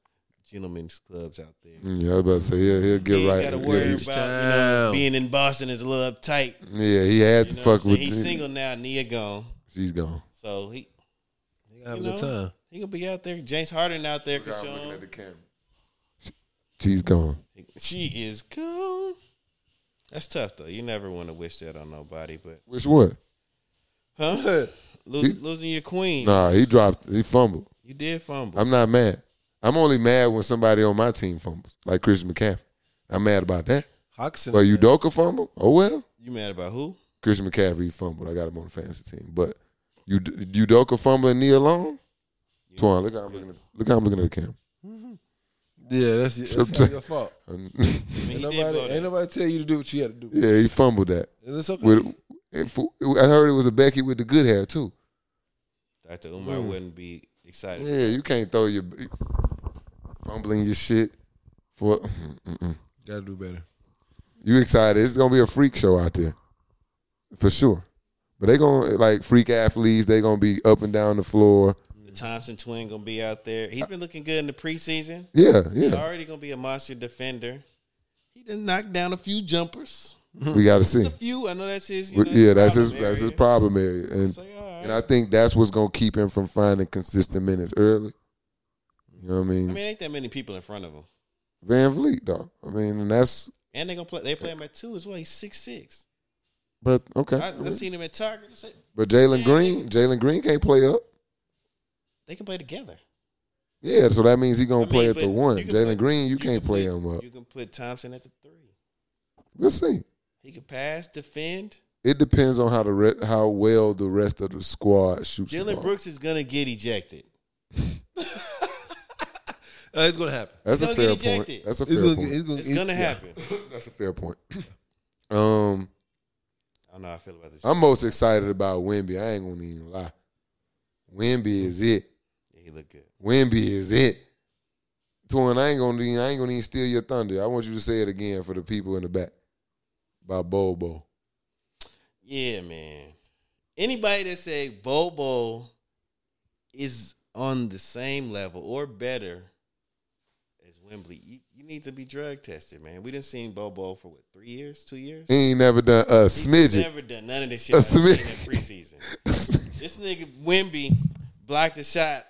Speaker 3: gentlemen's clubs out there.
Speaker 1: Mm, yeah, I was about to say yeah, he'll get
Speaker 3: he
Speaker 1: right.
Speaker 3: got to
Speaker 1: Yeah,
Speaker 3: worry
Speaker 1: he's-
Speaker 3: about you know,
Speaker 2: Damn.
Speaker 3: being in Boston is a little uptight.
Speaker 1: yeah, he had
Speaker 3: You
Speaker 1: to
Speaker 3: know
Speaker 1: fuck
Speaker 3: what I'm saying?
Speaker 1: with.
Speaker 3: He's single now. Nia gone,
Speaker 1: She's gone.
Speaker 3: so he
Speaker 2: They gonna have
Speaker 3: You
Speaker 2: a good
Speaker 3: know?
Speaker 2: time.
Speaker 3: he gonna be out there. James Harden out there. can show him.
Speaker 1: She's gone.
Speaker 3: She is gone. That's tough though. You never want to wish that on nobody, but
Speaker 1: Which what?
Speaker 3: huh?
Speaker 1: He-
Speaker 3: Lose, losing your queen,
Speaker 1: Nah, he dropped. He fumbled.
Speaker 3: you did fumble.
Speaker 1: I'm not mad. I'm only mad when somebody on my team fumbles, like Chris McCaffrey. I'm mad about that.
Speaker 2: Hawkinson.
Speaker 1: But Udoka fumbled. Oh well.
Speaker 3: you mad about who?
Speaker 1: Christian McCaffrey he fumbled. I got him on the fantasy team. But you Udoka fumbling knee alone. Twan, look how I'm looking. At, look how I'm looking at the camera.
Speaker 2: yeah, that's, that's not your fault.
Speaker 3: I mean,
Speaker 2: Ain't
Speaker 3: he did
Speaker 2: nobody,
Speaker 3: blow that.
Speaker 2: ain't nobody tell you to do what you had to do.
Speaker 1: yeah, he fumbled that.
Speaker 2: And it's okay.
Speaker 1: With, if, I heard it was a Becky with the good hair too.
Speaker 3: Dr. Umar wouldn't be
Speaker 1: Hmm.
Speaker 3: excited.
Speaker 1: Yeah, you can't throw your fumbling your shit for. Mm-mm.
Speaker 2: Gotta do better.
Speaker 1: You excited? It's gonna be a freak show out there, for sure. But they gonna like freak athletes. They gonna be up and down the floor.
Speaker 3: The Thompson twin gonna be out there. He's been looking good in the preseason.
Speaker 1: Yeah,
Speaker 3: He's
Speaker 1: yeah.
Speaker 3: already gonna be a monster defender. He done knocked down a few jumpers.
Speaker 1: We gotta see.
Speaker 3: A few. I know that's his. You
Speaker 1: We-
Speaker 3: know,
Speaker 1: Yeah, that's his.
Speaker 3: problem
Speaker 1: That's his
Speaker 3: area.
Speaker 1: problem area, and
Speaker 3: So, all right.
Speaker 1: and I think that's what's gonna keep him from finding consistent minutes early. You know what I
Speaker 3: I
Speaker 1: mean?
Speaker 3: mean, ain't that many people in front of him,
Speaker 1: Van Vliet, dog. I mean, and that's
Speaker 3: and they gonna play. They play him at two as well. He's six six.
Speaker 1: but okay.
Speaker 3: I, I seen him at Target. I said,
Speaker 1: but Jalen Green, Jalen Green can't play up.
Speaker 3: They can play together.
Speaker 1: Yeah, so that means he gonna
Speaker 3: I mean,
Speaker 1: play at
Speaker 3: but
Speaker 1: the one.
Speaker 3: you can
Speaker 1: Jalen
Speaker 3: put-
Speaker 1: Green, you, can't
Speaker 3: can
Speaker 1: play
Speaker 3: put-
Speaker 1: him up.
Speaker 3: You can put Thompson at the three.
Speaker 1: We'll see.
Speaker 3: He can pass, defend.
Speaker 1: It depends on how the re- how well the rest of the squad shoots. the
Speaker 3: Dylan
Speaker 1: ball.
Speaker 3: Brooks is gonna get ejected.
Speaker 2: Uh, it's gonna happen.
Speaker 1: That's a
Speaker 3: He's
Speaker 1: fair
Speaker 3: gonna get
Speaker 1: point.
Speaker 3: ejected.
Speaker 1: That's a
Speaker 2: It's
Speaker 1: fair
Speaker 2: gonna, it's
Speaker 1: point.
Speaker 2: gonna,
Speaker 3: It's gonna happen.
Speaker 1: That's a fair point. Um,
Speaker 3: I don't know how I feel about this.
Speaker 1: I'm most excited about Wimby. I ain't gonna even lie. Wimby is it.
Speaker 3: yeah, he look good.
Speaker 1: Wimby is it. Twin, I ain't gonna even, I ain't gonna even steal your thunder. I want you to say it again for the people in the back about Bobo.
Speaker 3: Yeah, man. Anybody that say Bobo is on the same level or better as Wembley, you, you need to be drug tested, man. We done seen Bobo for what three years, two years.
Speaker 1: He ain't never done a
Speaker 3: He's
Speaker 1: smidget.
Speaker 3: Never done none of this shit.
Speaker 1: A
Speaker 3: I've seen in
Speaker 1: smidget.
Speaker 3: preseason.
Speaker 1: Smidget.
Speaker 3: This nigga Wimby blocked a shot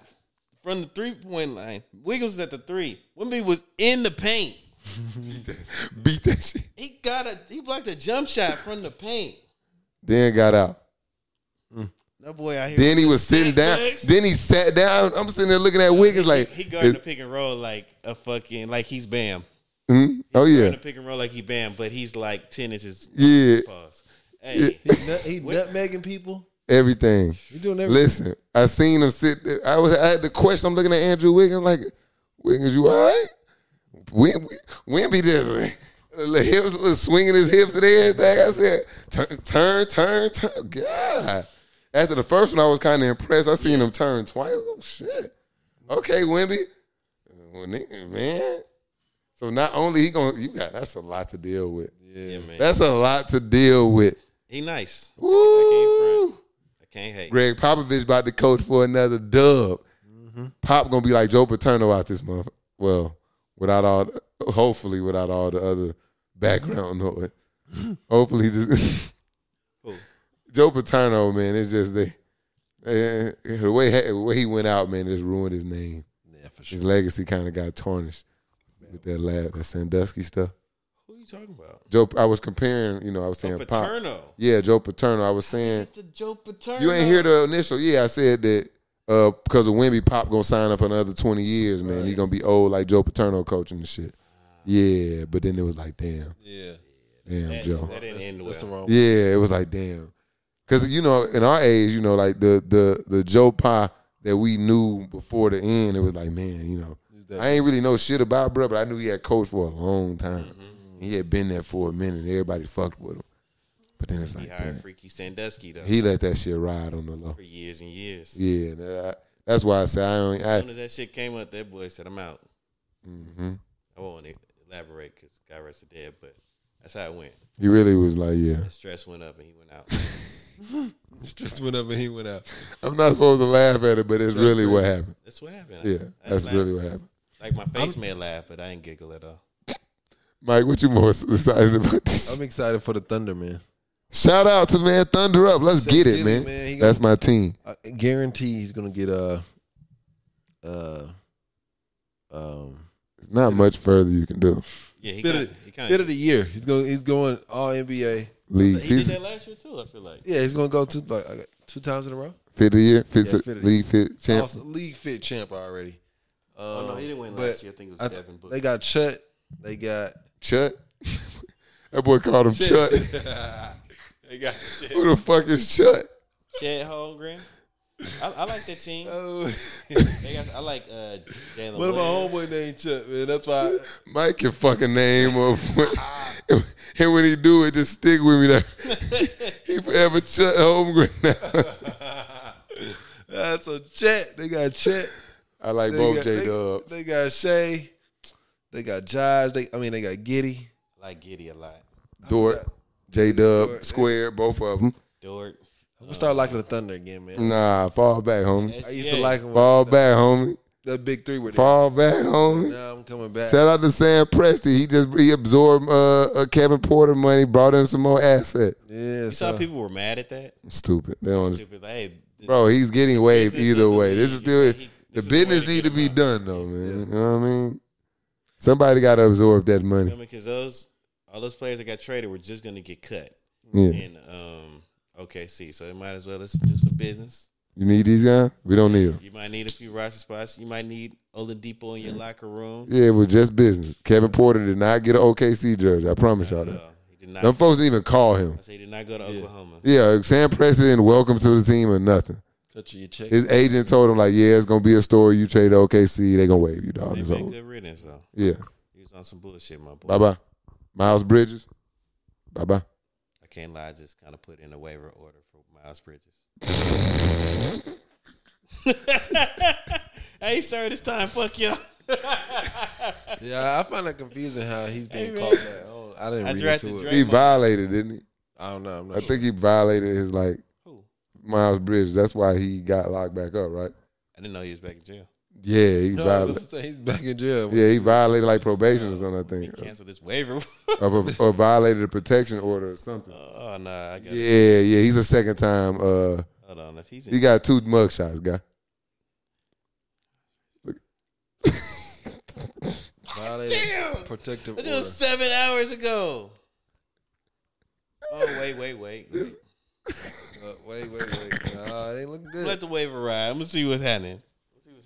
Speaker 3: from the three point line. Wiggins was at the three. Wimby was in the paint.
Speaker 1: Beat that shit.
Speaker 3: He got a he blocked a jump shot from the paint.
Speaker 1: Then got out.
Speaker 3: That boy out here.
Speaker 1: Then he was sitting down. Then he sat down. I'm sitting there looking at Wiggins like,
Speaker 3: he guarding the
Speaker 1: it-
Speaker 3: pick and roll like a fucking like he's Bam.
Speaker 1: hmm? oh
Speaker 3: Guarding
Speaker 1: yeah,
Speaker 3: the pick and roll like he Bam, but he's like ten inches
Speaker 1: yeah,
Speaker 3: pause. Hey,
Speaker 2: He, nut, he nutmegging people.
Speaker 1: everything.
Speaker 2: He doing everything.
Speaker 1: Listen, I seen him sit. There. I was. I had the question. I'm looking at Andrew Wiggins like, Wiggins, you all right? When when be this? The hips little swinging his hips and everything. I said, turn, turn, turn, turn. God. After the first one, I was kind of impressed. I seen him turn twice. Oh shit. Okay, Wimby. Uh, Well, nigga, man. So not only he gonna you got that's a lot to deal with.
Speaker 3: yeah, man.
Speaker 1: That's a lot to deal with.
Speaker 3: he nice.
Speaker 1: Woo.
Speaker 3: I can't hate.
Speaker 1: Greg Popovich about to coach for another dub.
Speaker 3: Mm-hmm.
Speaker 1: Pop gonna be like Joe Paterno out this month. Well, without all, hopefully without all the other background noise. hopefully, just
Speaker 3: Who?
Speaker 1: Joe Paterno, man, it's just they, eh, the way the way he went out, man, just ruined his name.
Speaker 2: Yeah, for sure.
Speaker 1: His legacy kind of got tarnished with that last that Sandusky stuff.
Speaker 3: Who you talking about?
Speaker 1: Joe, I was comparing, you know, I was saying
Speaker 3: Joe
Speaker 1: Pop.
Speaker 3: Paterno.
Speaker 1: Yeah, Joe Paterno. I was saying
Speaker 3: That's the Joe Paterno.
Speaker 1: you ain't hear the initial. Yeah, I said that uh, because of Wimby, Pop gonna sign up for another twenty years, man. He gonna be old like Joe Paterno coaching and shit. Yeah, but then it was like, damn,
Speaker 2: Yeah,
Speaker 1: damn
Speaker 3: That-
Speaker 1: Joe.
Speaker 3: that didn't
Speaker 2: that's,
Speaker 3: end
Speaker 2: that's the
Speaker 3: well.
Speaker 2: wrong.
Speaker 1: Yeah, it was like damn, because you know in our age, you know like the the the Joe Pa that we knew before the end, it was like man, you know
Speaker 2: Is that-
Speaker 1: I ain't really know shit about bro, but I knew he had coached for a long time.
Speaker 3: Mm-hmm.
Speaker 1: He had been there for a minute. and Everybody fucked with him, but then it's
Speaker 3: He
Speaker 1: like
Speaker 3: hired
Speaker 1: damn,
Speaker 3: Freaky Sandusky though
Speaker 1: he let that shit ride on the low.
Speaker 3: for years and years.
Speaker 1: Yeah, that, I, that's why I say I don't.
Speaker 3: As
Speaker 1: I,
Speaker 3: soon as that shit came up, that boy said, "I'm out."
Speaker 1: mhm.
Speaker 3: I won't e- elaborate because God rest his dead, but that's how it went.
Speaker 1: He really was like, yeah.
Speaker 3: The stress went up and he went out.
Speaker 2: Just went up and he went out.
Speaker 1: I'm not supposed to laugh at it, but it's really what happened.
Speaker 3: That's what happened.
Speaker 1: Yeah,
Speaker 3: I- I
Speaker 1: that's
Speaker 3: laughed.
Speaker 1: really what happened.
Speaker 3: Like my face may laugh, but I didn't giggle at all.
Speaker 1: Mike, what you more excited about this?
Speaker 2: I'm excited for the Thunder, man.
Speaker 1: Shout out to man Thunder up. Let's
Speaker 2: Say
Speaker 1: get
Speaker 2: get
Speaker 1: it,
Speaker 2: it,
Speaker 1: man.
Speaker 2: man. He
Speaker 1: That's my team.
Speaker 2: I guarantee he's gonna get a, uh, um,
Speaker 1: It's not much further you can do.
Speaker 3: Yeah, he
Speaker 2: Bit
Speaker 3: kind
Speaker 2: of
Speaker 3: of. He, kinda-
Speaker 2: bit of the year. He's going. He's going all NBA.
Speaker 1: League
Speaker 3: he did
Speaker 1: fifth,
Speaker 3: that last year too. I feel like
Speaker 2: Yeah, he's gonna go two like uh, two times in a row.
Speaker 1: fifth of the year, fifth
Speaker 2: Yeah,
Speaker 1: of-
Speaker 2: fifth of the
Speaker 1: league fifth champ.
Speaker 2: Also, league fit champ already. Um,
Speaker 3: Oh, no, he didn't win
Speaker 2: but
Speaker 3: last year. I think it was Devin Booker.
Speaker 2: They got Chet. They got.
Speaker 1: Chut. that boy called him Chut.
Speaker 2: they got.
Speaker 1: Who the fuck is Chut?
Speaker 3: Chad Holmgren. I, I like that team.
Speaker 2: Oh,
Speaker 3: They got, I like uh, Jalen.
Speaker 2: one of my
Speaker 3: Williams.
Speaker 2: homeboy named Chet, man. That's why.
Speaker 1: Mike can fucking name up. and when he do it, just stick with me. That he forever Chut Holmgren now.
Speaker 2: That's a Chet. They got Chet.
Speaker 1: I like
Speaker 2: They
Speaker 1: both
Speaker 2: got-
Speaker 1: J
Speaker 2: they-
Speaker 1: Dubs.
Speaker 2: They got Shay. They got Josh. They. I mean, they got Giddy.
Speaker 3: I like Giddy a lot.
Speaker 1: Dort, J Dub,
Speaker 2: Dort.
Speaker 1: Square, both of them.
Speaker 3: Dort.
Speaker 2: I'm gonna start liking the Thunder again, man.
Speaker 1: Nah, fall back, homie.
Speaker 2: I used to like them.
Speaker 1: Fall back, homie.
Speaker 2: That big three were there.
Speaker 1: Fall back, homie.
Speaker 2: Now I'm coming back.
Speaker 1: Shout out to Sam Presti. He just he absorbed uh, uh, Kevin Porter money, brought him some more asset.
Speaker 2: Yeah,
Speaker 3: You saw
Speaker 2: so-
Speaker 3: people were mad at that.
Speaker 1: Stupid. They don't understand.
Speaker 3: Stupid. Like, hey, th-
Speaker 1: Bro, he's getting waived
Speaker 3: This is
Speaker 1: either
Speaker 3: the
Speaker 1: way. This is
Speaker 3: league.
Speaker 1: still
Speaker 3: He-
Speaker 1: the
Speaker 3: this is the way
Speaker 1: business
Speaker 3: to
Speaker 1: need
Speaker 3: get
Speaker 1: to be
Speaker 3: by.
Speaker 1: done though, man. You know what I mean? Somebody got to absorb that money.
Speaker 3: because those all those players that got traded were just going to get cut.
Speaker 1: Yeah,
Speaker 3: And um, OKC, so it might as well let's do some business.
Speaker 1: you need these guys. We don't need them.
Speaker 3: You might need a few roster spots. You might need Oladipo in your locker room.
Speaker 1: Yeah, it was just business. Kevin Porter did not get an OKC jersey. I promise y'all that.
Speaker 3: Uh, he did not.
Speaker 1: Them folks didn't even call him.
Speaker 3: I say he did not go to Oklahoma.
Speaker 1: Yeah, Sam Presti didn't welcome to the team or nothing.
Speaker 2: Cut you your check.
Speaker 1: His agent told him like, "Yeah, it's gonna be a story. You trade OKC, they gonna waive you, dog.
Speaker 3: They
Speaker 1: It's
Speaker 3: made
Speaker 1: over."
Speaker 3: good riddance though.
Speaker 1: Yeah,
Speaker 3: He was on some bullshit, my boy.
Speaker 1: bye bye. Miles Bridges, bye bye.
Speaker 3: I can't lie. I just kind of put in a waiver order for Miles Bridges. hey, sir, this time, fuck you.
Speaker 2: Yeah, I find that confusing how he's being
Speaker 3: Hey,
Speaker 2: called
Speaker 3: man.
Speaker 2: that. I, don't, I didn't
Speaker 3: I
Speaker 2: read
Speaker 3: drafted
Speaker 2: into it.
Speaker 3: Drake.
Speaker 1: He violated, didn't he?
Speaker 2: I don't know. I'm not
Speaker 1: I
Speaker 2: sure.
Speaker 1: think he violated his like
Speaker 3: Who?
Speaker 1: Miles Bridges. That's why he got locked back up, right?
Speaker 3: I didn't know he was back in jail.
Speaker 1: Yeah, he
Speaker 2: No, I was
Speaker 1: violated.
Speaker 2: gonna say he's back in jail.
Speaker 1: Yeah, he violated like probation or something. I
Speaker 3: He
Speaker 1: think,
Speaker 3: canceled his waiver.
Speaker 1: or, or violated a protection order or something.
Speaker 3: oh nah, I got it.
Speaker 1: Yeah, yeah, he's a second time. Uh,
Speaker 3: Hold on, if he's in,
Speaker 1: he got two mug shots, guy.
Speaker 2: Violated
Speaker 3: damn,
Speaker 2: protective
Speaker 3: this
Speaker 2: order.
Speaker 3: was seven hours ago. Oh wait, wait, wait. wait.
Speaker 2: Uh, wait, wait, wait. Nah, it ain't looking good.
Speaker 3: Let the waiver ride. I'm gonna see what's happening. Let's see what's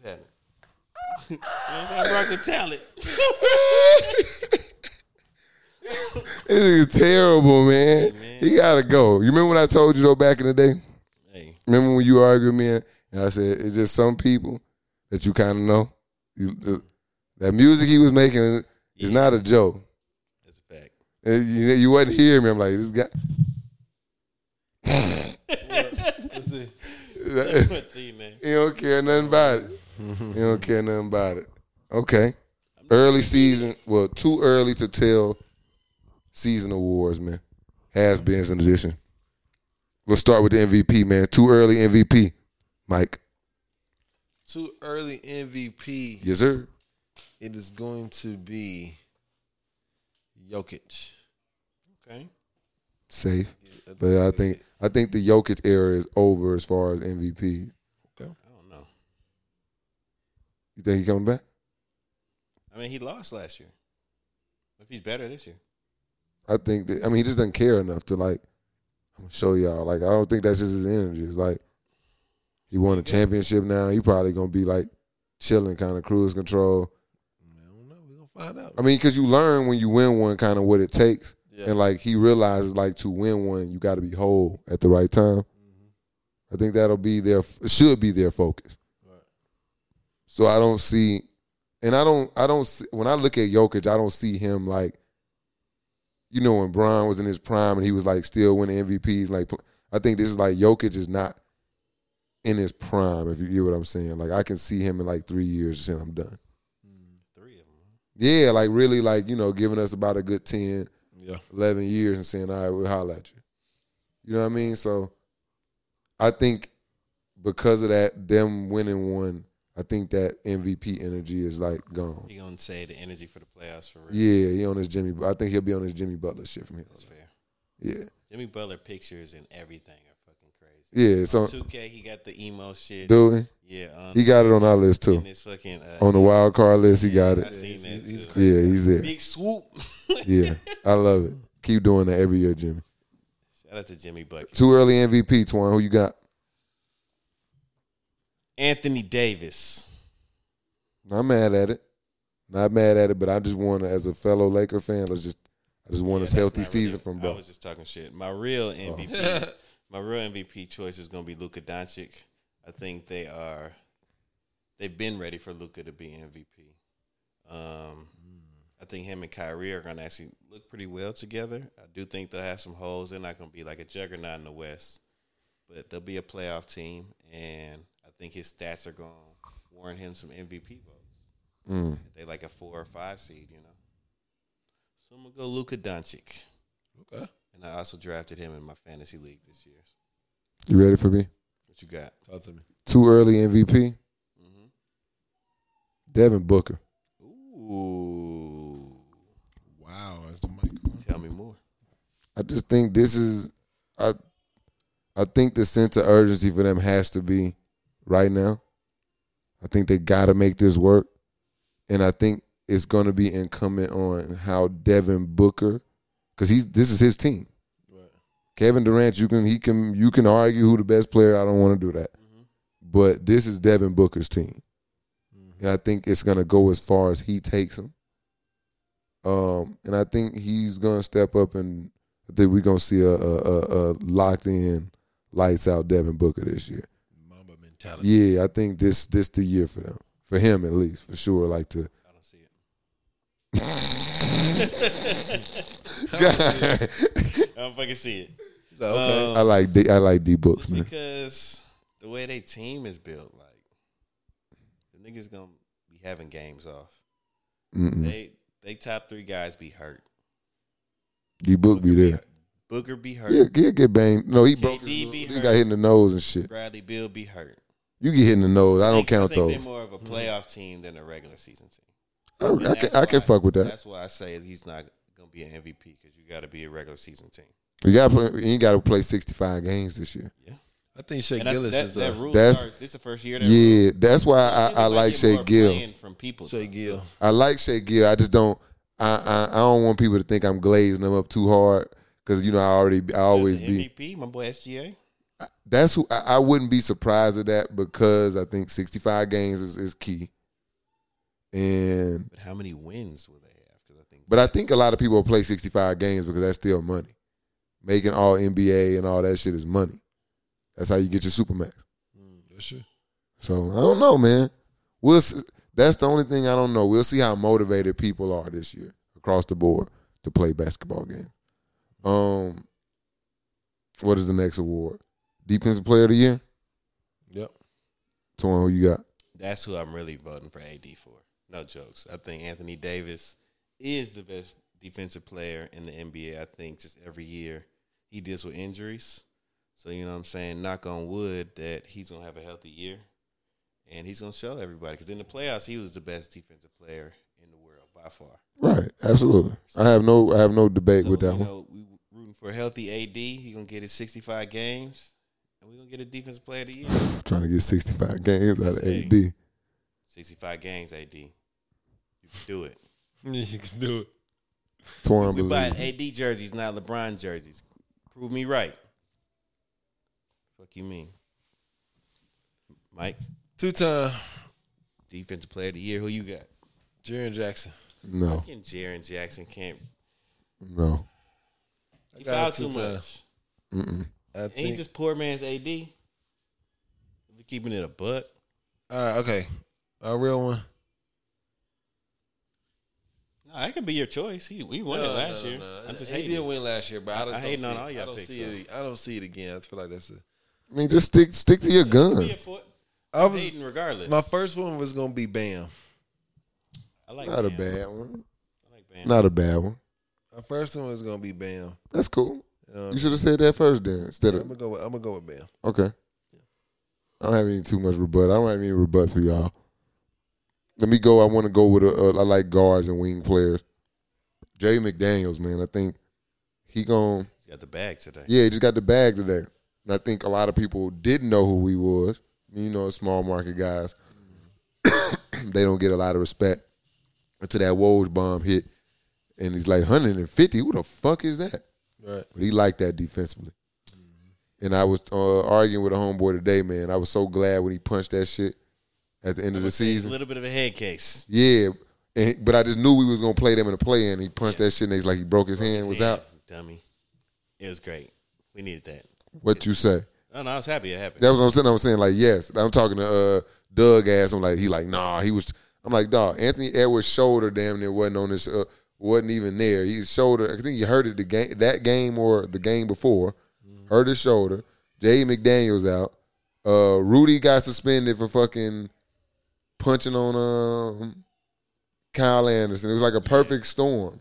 Speaker 3: happening. you know what I'm saying? Rock with talent.
Speaker 1: This is terrible, man.
Speaker 3: Man.
Speaker 1: He gotta go. You remember when I told you though back in the day?
Speaker 3: hey,
Speaker 1: Remember when you argued with me and, and I said it's just some people that you kind of know. You, the, that music he was making is not a joke.
Speaker 3: that's a fact.
Speaker 1: And you, you wasn't hearing me. I'm like this guy.
Speaker 2: Let's see.
Speaker 3: But see, man.
Speaker 1: He don't care nothing about it. He don't care nothing about it. Okay. Early season, well, too early to tell season awards, man. Has been's an addition. Let's start with the MVP, man. Too early MVP. Mike.
Speaker 2: Too early MVP.
Speaker 1: Yes, sir.
Speaker 2: It is going to be Jokic.
Speaker 3: Okay.
Speaker 1: Safe. But I think I think the Jokic era is over as far as MVP.
Speaker 3: I don't know.
Speaker 1: You think he coming back?
Speaker 3: I mean, he lost last year. If he's better this year,
Speaker 1: I think that I mean he just doesn't care enough to like I'm gonna show y'all. Like I don't think that's just his energy. It's like he won a championship now. He probably gonna be like chilling, kind of cruise control.
Speaker 2: I don't know. We're gonna find out.
Speaker 1: I mean, because you learn when you win one, kind of what it takes,
Speaker 2: yeah.
Speaker 1: and like he realizes like to win one, you got to be whole at the right time. I think that'll be their it should be their focus.
Speaker 2: Mm-hmm. Right.
Speaker 1: So I don't see, and I don't, I don't. See, when I look at Jokic, I don't see him like, you know, when Bron was in his prime and he was like still winning MVPs. Like, I think this is like Jokic is not in his prime. If you hear what I'm saying, like I can see him in like three years and I'm done.
Speaker 3: three of them.
Speaker 1: Yeah, like really, like you know, giving us about a good 10,
Speaker 2: yeah.
Speaker 1: 11 years and saying, all right, we'll holler at you. You know what I mean? So I think because of that, them winning one, I think that MVP energy is like gone.
Speaker 3: He gonna say the energy for the playoffs for real.
Speaker 1: Yeah, he on his Jimmy. I think he'll be on his Jimmy Butler shit from here.
Speaker 3: That's
Speaker 1: on
Speaker 3: fair.
Speaker 1: out. Yeah,
Speaker 3: Jimmy Butler pictures and everything are fucking crazy.
Speaker 1: yeah.
Speaker 2: Uh,
Speaker 1: So
Speaker 3: 2K, he got the emo shit.
Speaker 1: Dewey,
Speaker 3: Yeah, on
Speaker 1: he got it on our list too.
Speaker 3: in his fucking uh,
Speaker 1: On the wild card list, he got
Speaker 3: I
Speaker 1: it.
Speaker 3: seen
Speaker 2: he's-
Speaker 3: that.
Speaker 2: he's- he's
Speaker 3: too.
Speaker 1: Yeah, he's there.
Speaker 3: Big swoop.
Speaker 1: Yeah, I love it. Keep doing that every year, Jimmy.
Speaker 3: Shout out to Jimmy Bucket.
Speaker 1: Too early MVP, Twan. Who you got?
Speaker 3: Anthony Davis.
Speaker 1: Not mad at it. Not mad at it, but I just want to, as a fellow Laker fan, let's just I just want
Speaker 3: Yeah,
Speaker 1: this
Speaker 3: that's
Speaker 1: healthy
Speaker 3: not
Speaker 1: season
Speaker 3: really-
Speaker 1: from Oh.
Speaker 3: I
Speaker 1: bro.
Speaker 3: was just talking shit. My real MVP, my real MVP choice is going to be Luka Doncic. I think they are, they've been ready for Luka to be MVP. Um, I think him and Kyrie are going to actually look pretty well together. I do think they'll have some holes. They're not going to be like a juggernaut in the West, but they'll be a playoff team. And I think his stats are going to warrant him some MVP votes.
Speaker 1: Mm.
Speaker 3: They like a four or five seed, you know. So I'm gonna go Luka Doncic,
Speaker 2: Okay.
Speaker 3: and I also drafted him in my fantasy league this year.
Speaker 1: You ready for me?
Speaker 3: What you got?
Speaker 2: Talk to me.
Speaker 1: Too early MVP.
Speaker 3: Mm-hmm.
Speaker 1: Devin Booker.
Speaker 3: Ooh,
Speaker 2: Wow, is the mic on?
Speaker 3: tell me more.
Speaker 1: I just think this is, I, I think the sense of urgency for them has to be right now. I think they got to make this work, and I think it's going to be incumbent on how Devin Booker, because he's this is his team.
Speaker 2: Right.
Speaker 1: Kevin Durant, you can he can you can argue who the best player. I don't want to do that, but this is Devin Booker's team, and I think it's gonna go as far as he takes him. Um, and I think he's gonna step up, and I think we're gonna see a, a, a, a locked in, lights out Devin Booker this year.
Speaker 2: Mamba mentality.
Speaker 1: Yeah, I think this this the year for them, for him at least, for sure. Like to
Speaker 3: I don't see it. I don't fucking see it. Uh,
Speaker 2: Okay.
Speaker 1: I like D, I like D books,
Speaker 3: It's
Speaker 1: man.
Speaker 3: because the way they team is built, like the niggas gonna be having games off.
Speaker 1: Mm-mm.
Speaker 3: They they top three guys be hurt.
Speaker 1: D book be there.
Speaker 3: Booker be hurt.
Speaker 1: Yeah, he'll get banged. No, he broke.
Speaker 3: KD
Speaker 1: His,
Speaker 3: be
Speaker 1: he
Speaker 3: hurt.
Speaker 1: got hit in the nose and shit.
Speaker 3: Bradley Bill be hurt.
Speaker 1: You get hit in the nose. I don't
Speaker 3: think-
Speaker 1: count
Speaker 3: I think
Speaker 1: those.
Speaker 3: They're more of a playoff team than a regular season team.
Speaker 1: Oh, I,
Speaker 3: And
Speaker 1: I can
Speaker 3: that's
Speaker 1: I can
Speaker 3: why-
Speaker 1: fuck with that.
Speaker 3: That's why I say he's not gonna be an MVP because you got to be a regular season team.
Speaker 1: You got to you got to play sixty five games this year.
Speaker 2: I think Shea
Speaker 3: And I-
Speaker 2: Gillis
Speaker 3: that,
Speaker 2: is
Speaker 3: that
Speaker 2: a
Speaker 3: rule
Speaker 1: That's-
Speaker 3: starts. This is the first year. That rule-
Speaker 1: Yeah, that's why I, I
Speaker 3: Everybody
Speaker 1: like
Speaker 3: get
Speaker 1: Shea
Speaker 3: more
Speaker 1: Gill.
Speaker 3: playing From people,
Speaker 2: Shea Gill.
Speaker 1: I like Shea Gill. I just don't. I, I I don't want people to think I'm glazing them up too hard because you know I already I always
Speaker 3: As
Speaker 1: be.
Speaker 3: an MVP. My boy SGA.
Speaker 1: that's who I, I wouldn't be surprised at that because I think 65 games is, is key. And
Speaker 3: But how many wins will they have? Because I think
Speaker 1: but I think a lot of people play 65 games because that's still money. Making all NBA and all that shit is money. That's how you get your supermax.
Speaker 2: That's true.
Speaker 1: So I don't know, man. We'll see. that's the only thing I don't know. We'll see how motivated people are this year across the board to play basketball games. Um, what is the next award? Defensive Player of the Year.
Speaker 2: Yep.
Speaker 1: Torn, who you got?
Speaker 3: that's who I'm really voting for AD for. No jokes. I think Anthony Davis is the best defensive player in the NBA. I think just every year he deals with injuries. So, you know what I'm saying? Knock on wood that he's going to have a healthy year and he's going to show everybody. Because in the playoffs, he was the best defensive player in the world by far.
Speaker 1: Right, absolutely. I have no, I have no debate
Speaker 3: So,
Speaker 1: with that
Speaker 3: you
Speaker 1: one.
Speaker 3: know, we rooting for a healthy AD. He's going to get his 65 games and we're going to get a defensive player of the year.
Speaker 1: trying to get sixty-five games out of
Speaker 3: Hey.
Speaker 1: AD.
Speaker 3: 65 games, AD. You can do it.
Speaker 2: you can do it.
Speaker 1: Torn,
Speaker 3: We
Speaker 1: believe.
Speaker 3: buying AD jerseys, not LeBron jerseys. Prove me right. Fuck you mean, Mike?
Speaker 2: Two time
Speaker 3: Defensive Player of the Year. Who you got?
Speaker 2: Jaron Jackson.
Speaker 1: no,
Speaker 3: Fucking Jaron Jackson can't.
Speaker 1: no.
Speaker 2: I
Speaker 3: He
Speaker 2: got
Speaker 3: fouled
Speaker 2: two
Speaker 3: too
Speaker 2: times.
Speaker 3: much,
Speaker 1: Mm-mm.
Speaker 2: I
Speaker 3: and he's
Speaker 2: think.
Speaker 3: just poor man's AD. We keeping it a butt.
Speaker 2: All right. Okay. A real one.
Speaker 3: No, that could be your choice. He we won it last year. I'm just
Speaker 2: Uh, he
Speaker 3: hating.
Speaker 2: did win last year, but I,
Speaker 3: I-
Speaker 2: just
Speaker 3: I
Speaker 2: don't
Speaker 3: hating
Speaker 2: see
Speaker 3: on
Speaker 2: it.
Speaker 3: all y'all
Speaker 2: I don't
Speaker 3: picks,
Speaker 2: see it. I don't see it again. I feel like that's it.
Speaker 1: I mean, just stick, stick to your
Speaker 3: It could be
Speaker 1: gun.
Speaker 3: a four-
Speaker 2: I
Speaker 3: I'm
Speaker 2: was,
Speaker 3: hating regardless.
Speaker 2: my first one was gonna be Bam.
Speaker 3: I like
Speaker 1: Not a
Speaker 3: Bam.
Speaker 1: bad one.
Speaker 3: I like Bam.
Speaker 1: Not a bad one.
Speaker 2: My first one was gonna be Bam.
Speaker 1: That's cool.
Speaker 2: Um,
Speaker 1: You should have said that first, then instead
Speaker 2: I'm
Speaker 1: of
Speaker 2: gonna go. With, I'm gonna go with Bam.
Speaker 1: okay. I don't have any too much rebut. I don't have any rebuts for y'all. Let me go. I want to go with. A, a, I like guards and wing players. Jay McDaniels, man. I think he gon'
Speaker 3: He's got the bag today.
Speaker 1: Yeah, he just got the bag today. And I think a lot of people didn't know who he was. You know, small market guys, they don't get a lot of respect until that Woj bomb hit. And he's like, 150? Who the fuck is that?
Speaker 2: Right.
Speaker 1: But he liked that defensively. And I was uh, arguing with a homeboy today, man. I was so glad when he punched that shit at the end of the
Speaker 3: A
Speaker 1: season.
Speaker 3: little bit of a head case.
Speaker 1: yeah. And, but I just knew we was going to play them in the play, and he punched that shit, and he's like, he broke his hand, was
Speaker 3: Yeah,
Speaker 1: out.
Speaker 3: dummy. It was great. We needed that.
Speaker 1: What you say?
Speaker 3: Oh, No, no, I was happy it happened.
Speaker 1: That was what I'm saying. I'm saying like yes. I'm talking to uh, Doug ass. I'm like he like nah. He was. I'm like dog. Anthony Edwards' shoulder damn near wasn't on this. Uh, wasn't even there. His shoulder. I think he hurt it the game that game or the game before. Hurt his shoulder. Jay McDaniel's out. Uh, Rudy got suspended for fucking punching on um, Kyle Anderson. It was like a perfect storm.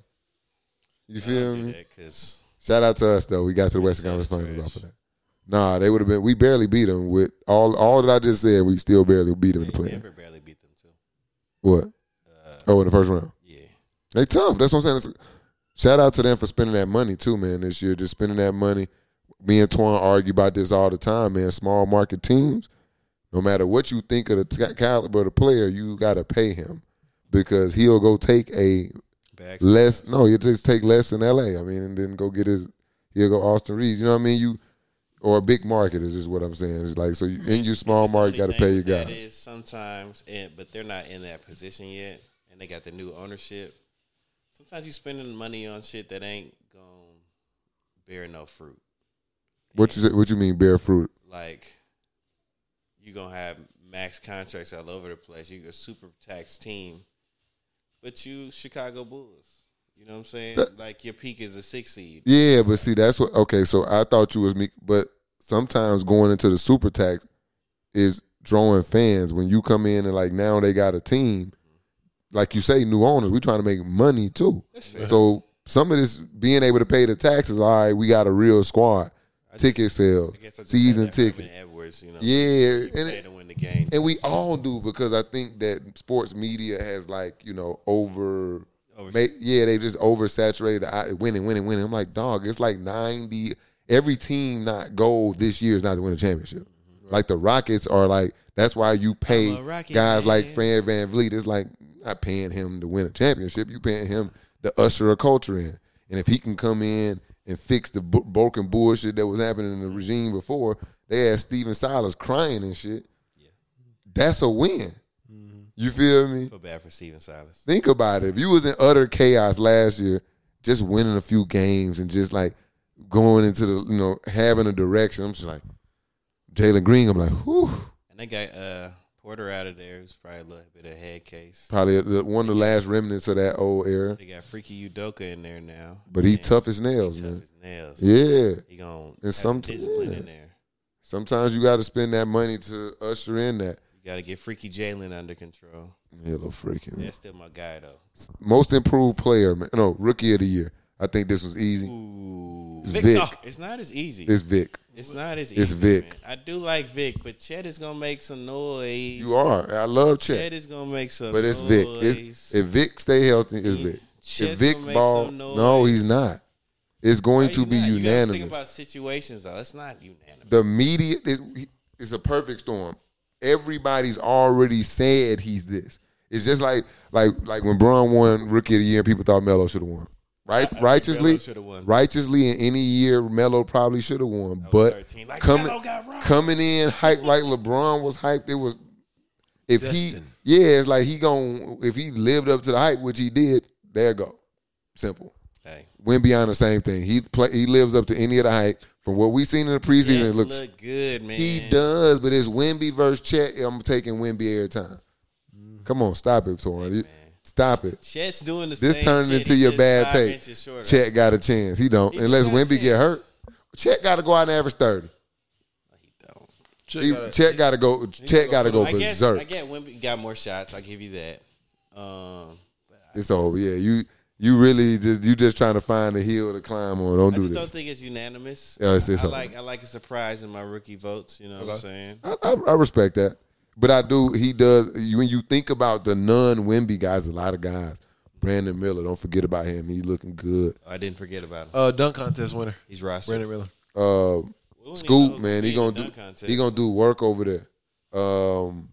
Speaker 1: You feel me?
Speaker 3: Because
Speaker 1: Shout out to us though. We got to the Western
Speaker 3: Sounded
Speaker 1: Conference Finals
Speaker 3: trash.
Speaker 1: off of that. Nah, they would have been. We barely beat them with all all that I just said. We still barely beat them in the play.
Speaker 3: Denver barely beat them too. Uh,
Speaker 1: What? Oh, in the first round.
Speaker 3: Yeah,
Speaker 1: They tough. That's what I'm saying. It's- shout out to them for spending that money too, man. This year, just spending that money. Me and Twan argue about this all the time, man. Small market teams, no matter what you think of the t- caliber of the player, you gotta pay him because he'll go take a
Speaker 3: back.
Speaker 1: less. No, you just take less in L.A. I mean, and then go get his. He'll go Austin Reed. You know what I mean? You or a big market is just what I'm saying. It's like so you, in your small market, got to pay your
Speaker 3: That
Speaker 1: guys.
Speaker 3: is sometimes, and but they're not in that position yet, and they got the new ownership. Sometimes you spending money on shit that ain't gonna bear no fruit.
Speaker 1: What you say, what you mean bear fruit?
Speaker 3: Like you gonna have max contracts all over the place. You're a super tax team, but you Chicago Bulls. You know what I'm saying? like your peak is a six seed.
Speaker 1: Yeah, but see, that's what. Okay, so I thought you was me, but sometimes going into the super tax is drawing fans. When you come in and like now they got a team, like you say, new owners. We trying to make money too. So some of this being able to pay the taxes. All right, we got a real squad. Ticket sales,
Speaker 3: I guess I just
Speaker 1: season
Speaker 3: had that from
Speaker 1: ticket.
Speaker 3: Herman Edwards, you know,
Speaker 1: Yeah, and
Speaker 3: play to win the game.
Speaker 1: and we all do because I think that sports media has like you know over,
Speaker 3: Over-
Speaker 1: ma- yeah they just oversaturated the eye- winning winning winning. I'm like dog, it's like ninety every team not gold this year is not to win a championship. Like the Rockets are like that's why you pay
Speaker 3: Mm-hmm. a Rocket
Speaker 1: guys like
Speaker 3: fan.
Speaker 1: Fran Van Vliet. It's like you're not paying him to win a championship. You paying him to usher a culture in, and if he can come in and fix the bu- broken bullshit that was happening in the regime before, they had Steven Silas crying and shit that's a win.
Speaker 3: Mm-hmm.
Speaker 1: You feel me?
Speaker 3: Feel bad for Steven Silas.
Speaker 1: Think about it. If you was in utter chaos last year, just winning a few games and just like going into the you know having a direction, I'm just like Jalen Green. I'm like, whew,
Speaker 3: And they got uh, Porter out of there, who's probably a little bit of head case.
Speaker 1: probably the- one of the last remnants of that old era.
Speaker 3: They got Freaky Udoka in there now.
Speaker 1: But he
Speaker 3: And
Speaker 1: tough as
Speaker 3: he
Speaker 1: nails,
Speaker 3: tough
Speaker 1: man.
Speaker 3: as nails.
Speaker 1: Yeah.
Speaker 3: He gonna
Speaker 1: And
Speaker 3: have some
Speaker 1: somet-
Speaker 3: discipline
Speaker 1: yeah.
Speaker 3: in there.
Speaker 1: Sometimes you got to spend that money to usher in that.
Speaker 3: You gotta get Freaky Jalen under control.
Speaker 1: Yeah, little freaking.
Speaker 3: That's still my guy though.
Speaker 1: Most improved player, man. No, rookie of the year. I think this was easy.
Speaker 3: Ooh,
Speaker 1: It's Vic.
Speaker 3: Oh, it's not as easy.
Speaker 1: It's Vic.
Speaker 3: It's not as easy.
Speaker 1: It's Vic.
Speaker 3: man. I do like Vic, but Chet is gonna make some noise.
Speaker 1: You are. I love Chet.
Speaker 3: Chet is gonna make some.
Speaker 1: But it's
Speaker 3: noise.
Speaker 1: Vic. It's, if Vic stay healthy, it's Vic.
Speaker 3: Chet's
Speaker 1: if Vic
Speaker 3: gonna make
Speaker 1: ball,
Speaker 3: some noise.
Speaker 1: no, he's not. It's
Speaker 3: No,
Speaker 1: going
Speaker 3: you
Speaker 1: to be
Speaker 3: not. You gotta
Speaker 1: unanimous.
Speaker 3: Think about situations though. It's not unanimous.
Speaker 1: the media it, it's a perfect storm. Everybody's already said he's this. It's just like like like when Braun won Rookie of the Year, people thought Melo should have won. Right, righteously,
Speaker 3: Melo shoulda won.
Speaker 1: righteously in any year, Melo probably should have won. But
Speaker 3: 13. Like,
Speaker 1: coming
Speaker 3: Melo got robbed.
Speaker 1: coming in hyped like LeBron was hyped, it was if
Speaker 2: Destined.
Speaker 1: he yeah, it's like he gon' if he lived up to the hype, which he did. There go, simple.
Speaker 3: Hey,
Speaker 1: Went beyond the same thing. He play, he lives up to any of the hype from what we seen in the preseason.
Speaker 3: Chet
Speaker 1: it looks
Speaker 3: look good, man.
Speaker 1: he does, but it's Wimby versus Chet. I'm taking Wimby every time.
Speaker 3: Mm-hmm.
Speaker 1: Come on, stop it, Torn. Stop it.
Speaker 3: Chet's doing the
Speaker 1: This
Speaker 3: same
Speaker 1: turning
Speaker 3: shit.
Speaker 1: into
Speaker 3: He's
Speaker 1: your
Speaker 3: just
Speaker 1: bad
Speaker 3: five
Speaker 1: take.
Speaker 3: inches shorter.
Speaker 1: Chet got a chance. He don't. Unless
Speaker 3: got a
Speaker 1: Wimby get
Speaker 3: chance.
Speaker 1: hurt. Chet got to go out and average 30.
Speaker 3: He don't.
Speaker 2: Check
Speaker 1: He,
Speaker 2: out-
Speaker 1: Chet got to go. Chet got to go
Speaker 3: I guess I
Speaker 1: berserk.
Speaker 3: get Wimby got more shots. I will give you that. Um, but
Speaker 1: It's over. Yeah, you you really just you just trying to find a hill to climb on. Don't
Speaker 3: I
Speaker 1: do
Speaker 3: just don't
Speaker 1: this.
Speaker 3: think it's unanimous.
Speaker 1: Yeah, it's- it's
Speaker 3: I, I
Speaker 1: over.
Speaker 3: like I like a surprise in my rookie votes. You know what I'm saying?
Speaker 1: I, I, I respect that, but I do. He does. You, when you think about the non Wimby guys, a lot of guys. Brandon Miller, don't forget about him. He looking good.
Speaker 3: Oh, I didn't forget about him.
Speaker 2: Uh, dunk contest winner,
Speaker 3: He's rostered.
Speaker 2: Brandon Miller.
Speaker 1: uh,
Speaker 3: We don't even know
Speaker 1: Scoop,
Speaker 3: who
Speaker 1: man.
Speaker 3: be
Speaker 1: He
Speaker 3: in
Speaker 1: gonna
Speaker 3: the
Speaker 1: do.
Speaker 3: dunk contest.
Speaker 1: He gonna do work over there. Um,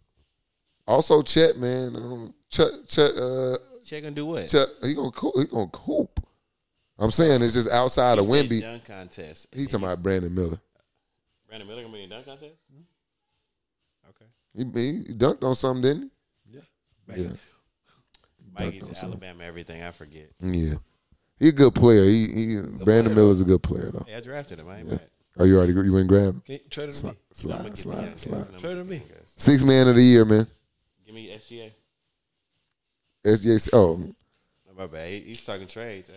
Speaker 1: also, Chet, man. Um, Chet, Chet, uh,
Speaker 3: Chet gonna do what?
Speaker 1: Chet. He gonna coop. He gonna coop. I'm saying it's just outside of
Speaker 3: He said
Speaker 1: Wimby.
Speaker 3: dunk contest.
Speaker 1: He talking about Brandon Miller.
Speaker 3: Brandon Miller gonna be in dunk contest.
Speaker 2: Mm-hmm.
Speaker 3: Okay.
Speaker 1: He, he dunked on something, didn't
Speaker 2: Man,
Speaker 3: Mikey's in Alabama. Everything I forget.
Speaker 1: he? Yeah. He a good player. He, he Brandon Miller's a good player though.
Speaker 3: Hey, I drafted him. I ain't mad.
Speaker 1: Oh, you already you went grab him.
Speaker 2: Can you trade him to me?
Speaker 1: Slide, slide, slide.
Speaker 3: Number
Speaker 2: Trade him to me.
Speaker 3: guys.
Speaker 1: Six man of the year, man.
Speaker 3: Give me SGA.
Speaker 1: SJ. Oh,
Speaker 3: Oh, my bad. He, he's talking trades. Hey.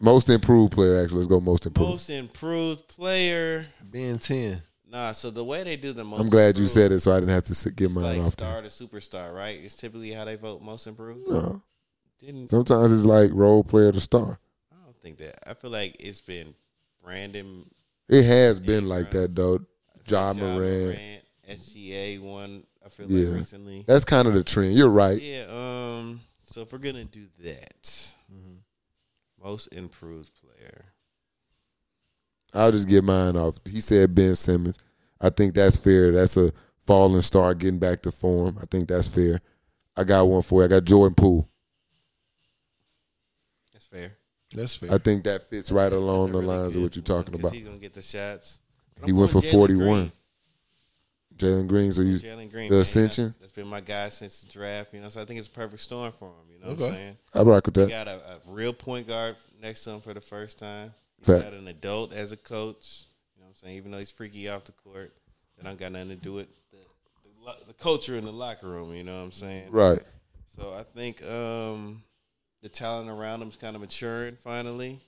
Speaker 1: most improved player. Actually, let's go most improved.
Speaker 3: Most improved player.
Speaker 2: Ben ten.
Speaker 3: Nah, so the way they do the most
Speaker 1: I'm glad you
Speaker 3: improved
Speaker 1: said it, so I didn't have to sit, get
Speaker 3: is
Speaker 1: mine
Speaker 3: like
Speaker 1: off. there.
Speaker 3: star to superstar, right? It's typically how they vote most improved.
Speaker 1: No.
Speaker 3: Didn't
Speaker 1: Sometimes it's like role player to star.
Speaker 3: I don't think that. I feel like it's been Brandon
Speaker 1: It has been like that though. Ja
Speaker 3: Ja
Speaker 1: Moran.
Speaker 3: SGA one. I feel
Speaker 1: Yeah.
Speaker 3: like recently.
Speaker 1: That's kind of the trend. You're right.
Speaker 3: Yeah. Um. So if we're gonna do that, most improved player.
Speaker 1: I'll just get mine off. He said Ben Simmons. I think that's fair. That's a falling star getting back to form. I think that's fair. I got one for you. I got Jordan Poole.
Speaker 3: That's fair.
Speaker 2: That's fair.
Speaker 1: I think that fits right along
Speaker 3: That's a
Speaker 1: the
Speaker 3: really
Speaker 1: lines of
Speaker 3: good
Speaker 1: what you're
Speaker 3: one,
Speaker 1: talking
Speaker 3: 'cause
Speaker 1: about.
Speaker 3: He's gonna get the shots.
Speaker 1: He went for
Speaker 3: pulling Jalen
Speaker 1: 41. Jalen Green, so
Speaker 3: Green.
Speaker 1: you
Speaker 3: Jalen Green.
Speaker 1: the
Speaker 3: man.
Speaker 1: ascension.
Speaker 3: That's been my guy since the draft. You know, so I think it's a perfect storm for him. You know what I'm
Speaker 2: Okay.
Speaker 3: saying?
Speaker 1: I rock with
Speaker 3: You
Speaker 1: that.
Speaker 3: got a, a real point guard next to him for the first time. You
Speaker 1: Fact.
Speaker 3: got an adult as a coach. You know what I'm saying? Even though he's freaky off the court, that don't got nothing to do with the, the, lo- the culture in the locker room. You know what I'm saying?
Speaker 1: Right.
Speaker 3: So I think um, the talent around him is kind of maturing finally.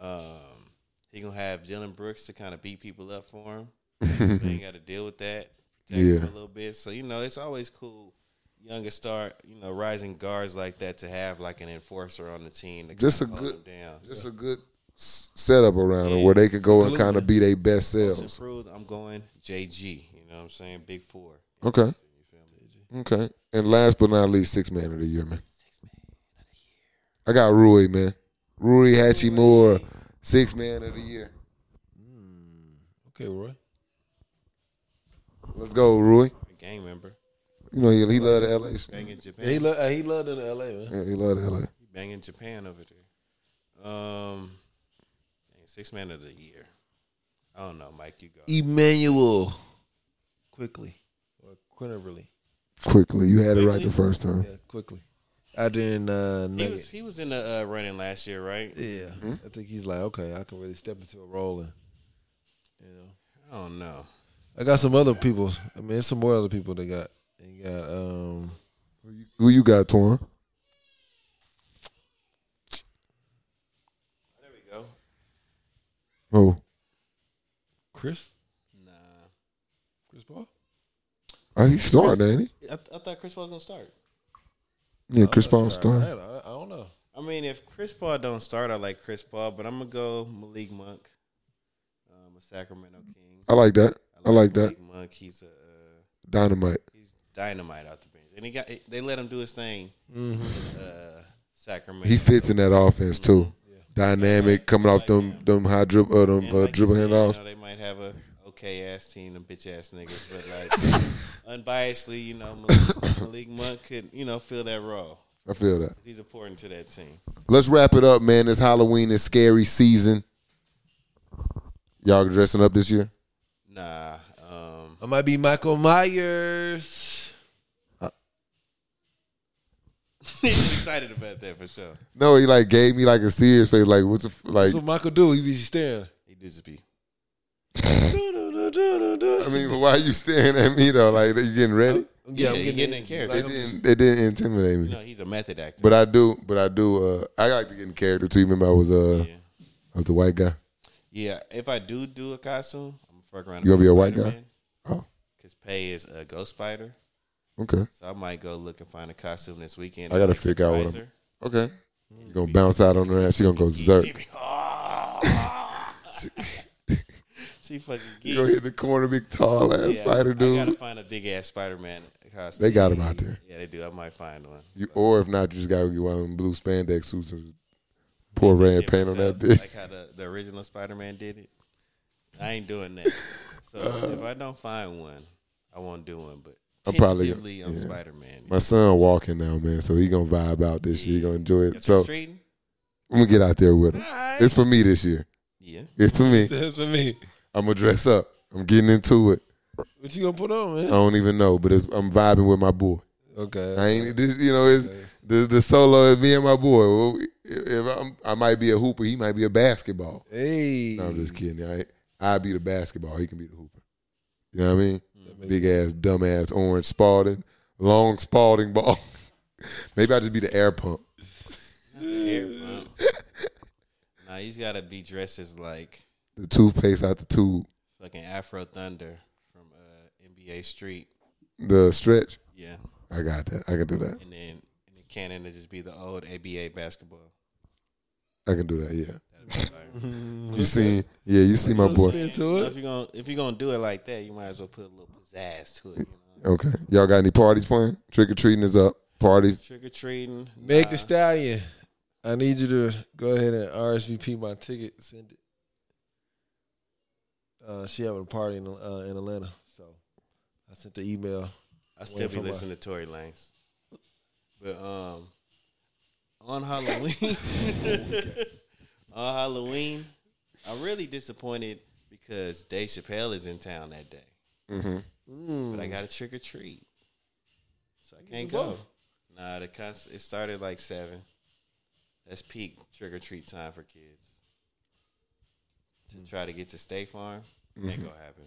Speaker 3: Um, he gonna have Dylan Brooks to kind of beat people up for him. they ain't got to deal with that. Protect
Speaker 1: Yeah.
Speaker 3: him a little bit. So you know, it's always cool. Younger star, you know, rising guards like that to have like an enforcer on the team to
Speaker 1: Just
Speaker 3: kinda
Speaker 1: a
Speaker 3: hold
Speaker 1: good-
Speaker 3: them down.
Speaker 1: Just a good s- setup around them where they could go and kind of be their best
Speaker 3: Most
Speaker 1: selves.
Speaker 3: improved, I'm going JG. You know what I'm saying? Big four.
Speaker 1: Okay.
Speaker 3: You feel me?
Speaker 1: Okay. And last but not least, six man of the year, man. I got Rui, man. Rui Hachimura, six man of the year.
Speaker 2: Okay, Roy.
Speaker 1: Let's go, Rui.
Speaker 3: A gang member.
Speaker 1: You know he, he love the LA. shit.
Speaker 3: Banging Japan.
Speaker 2: He lo- uh, he loved in L.A. Man.
Speaker 1: Yeah, he love the LA.
Speaker 3: banging Japan over there. Um, dang, six man of the year. I don't know, Mike. You go.
Speaker 2: Emmanuel, quickly or Quinterly.
Speaker 1: Quickly, you had it right the first time.
Speaker 2: Yeah, quickly. Out there in uh,
Speaker 3: Hmm. He was Hmm?
Speaker 2: Nugget.
Speaker 3: he was in the uh, running last year, right?
Speaker 2: Yeah, I think he's like, okay, I can really step into a role, and you know,
Speaker 3: I don't know.
Speaker 2: I got some other people. I mean, there's some more other people they got. They got um,
Speaker 1: Who you got, Twan?
Speaker 3: There we go.
Speaker 1: Oh,
Speaker 2: Chris,
Speaker 3: Nah,
Speaker 2: Chris Paul.
Speaker 1: oh he's starting, ain't he?
Speaker 3: I, th- I thought Chris Paul was gonna start.
Speaker 1: Yeah, Chris Paul's
Speaker 2: I,
Speaker 1: starting.
Speaker 2: don't- I don't know.
Speaker 3: I mean, if Chris Paul don't start, I like Chris Paul, but I'm gonna go Malik Monk, um, a Sacramento King.
Speaker 1: I like that. I like that.
Speaker 3: Malik Monk. He's a uh,
Speaker 1: Dynamite.
Speaker 3: he's dynamite out the bench, and he got they let him do his thing.
Speaker 2: Mm-hmm.
Speaker 3: in, uh, Sacramento.
Speaker 1: He fits in that offense too. Dynamic, coming off them them high dribble, uh, them
Speaker 3: And
Speaker 1: uh,
Speaker 3: like you
Speaker 1: dribble
Speaker 3: said, you
Speaker 1: handoffs.
Speaker 3: know, they might have a okay ass team, them bitch ass niggas, but like unbiasedly, you know, Malik, Malik Monk could you know fill that role.
Speaker 1: I feel that.
Speaker 3: He's important to that team.
Speaker 1: Let's wrap it up, man. It's Halloween. It's scary season. Y'all dressing up this year?
Speaker 3: Nah, um,
Speaker 2: I might be Michael Myers.
Speaker 3: he's excited about that for sure.
Speaker 1: No, he like gave me like a serious face. Like what's the f- like?
Speaker 2: That's what Michael do. He be staring.
Speaker 3: He did just be.
Speaker 1: I mean, why are you staring at me though? Like you getting ready?
Speaker 3: Yeah, he getting in character.
Speaker 1: They didn't. They didn't intimidate me.
Speaker 3: No, he's a method actor.
Speaker 1: But I do. But I do. Uh, I like to get in character too. You Remember, I was uh,
Speaker 3: yeah.
Speaker 1: I was the white guy.
Speaker 3: yeah, if I do do a costume, I'm gonna fuck around.
Speaker 1: You gonna be a white guy?
Speaker 3: Oh,
Speaker 1: Oh.
Speaker 3: because Pay is a ghost spider.
Speaker 1: Okay.
Speaker 3: So I might go look and find a costume this weekend.
Speaker 1: I gotta
Speaker 3: Like,
Speaker 1: figure out what
Speaker 3: surprise
Speaker 1: I'm-
Speaker 3: her.
Speaker 1: Okay. She's gonna bounce out on her ass. She gonna go
Speaker 3: Mm-hmm. She
Speaker 1: zerk.
Speaker 3: be- Ah. she fucking
Speaker 1: She
Speaker 3: geek.
Speaker 1: gonna hit the corner, big tall ass
Speaker 3: Yeah,
Speaker 1: spider
Speaker 3: I gotta
Speaker 1: dude.
Speaker 3: find a big ass Spider Man costume.
Speaker 1: They got him out there.
Speaker 3: yeah, they do. I might find one.
Speaker 1: You, or if not, you just gotta get one of them blue spandex suits and pour red
Speaker 3: Shit
Speaker 1: paint on that
Speaker 3: myself,
Speaker 1: bitch.
Speaker 3: Like how the, the original Spider Man did it. I ain't doing that. So if I don't find one, I won't do one. But
Speaker 1: Uh. I'm probably-
Speaker 3: tentatively on
Speaker 1: yeah.
Speaker 3: Spider Man.
Speaker 1: My son walking now, man, so he gonna vibe out this year. He gonna enjoy it. So
Speaker 3: treating?
Speaker 1: I'm gonna get out there with him. It's for me this year.
Speaker 3: Yeah.
Speaker 1: It's for me.
Speaker 2: That's for me.
Speaker 1: I'm gonna dress up. I'm getting into it.
Speaker 2: What you gonna put on,
Speaker 1: I
Speaker 3: Oh,
Speaker 2: man?
Speaker 1: don't even know, but it's, I'm vibing with my boy.
Speaker 2: Okay.
Speaker 1: I ain't this, you know, it's the the solo is me and my boy. Well, If I'm, I might be a hooper, he might be a basketball.
Speaker 2: Hey.
Speaker 1: No, I'm
Speaker 3: Mm.
Speaker 1: just kidding. I I be the basketball. He can be the hooper. You know what I mean? Big ass, dumb ass, orange Spalding, long Spalding ball. Maybe I just be the air pump.
Speaker 3: Hair bump. nah, you just gotta be dressed as like
Speaker 1: The toothpaste out the tube.
Speaker 3: fucking Afro Thunder from uh, NBA Street.
Speaker 1: The stretch.
Speaker 3: Yeah,
Speaker 1: I got that. I can do that.
Speaker 3: and then and then Cannon to just be the old ABA basketball.
Speaker 1: I can do that. Yeah.
Speaker 3: That'd be fire.
Speaker 1: You seen? Yeah, you see my Oh, boy.
Speaker 2: Into
Speaker 3: So
Speaker 2: it.
Speaker 3: if you're gonna if you're gonna do it like that, you might as well put a little pizzazz to it. You know?
Speaker 1: Okay. Y'all got any parties playing? Trick or treating is up. Parties.
Speaker 3: Trick or treating.
Speaker 2: Meg
Speaker 3: nah.
Speaker 2: the Stallion. I need you to go ahead and RSVP my ticket. Send it. Uh, she having a party in uh, in Atlanta, so I sent the email.
Speaker 3: I still be
Speaker 2: from
Speaker 3: listening to Tory Lanez. But um on
Speaker 2: Oh,
Speaker 3: Halloween on Halloween, I'm really disappointed because Dave Chappelle is in town that day.
Speaker 2: Mm-hmm.
Speaker 3: But I
Speaker 2: Mm.
Speaker 3: got a trick or treat. So I can't go. Nah, the concert it started like seven. That's peak trick or treat time for kids. To
Speaker 2: Mm.
Speaker 3: try to get to State Farm,
Speaker 2: Mm-hmm.
Speaker 3: ain't gonna happen.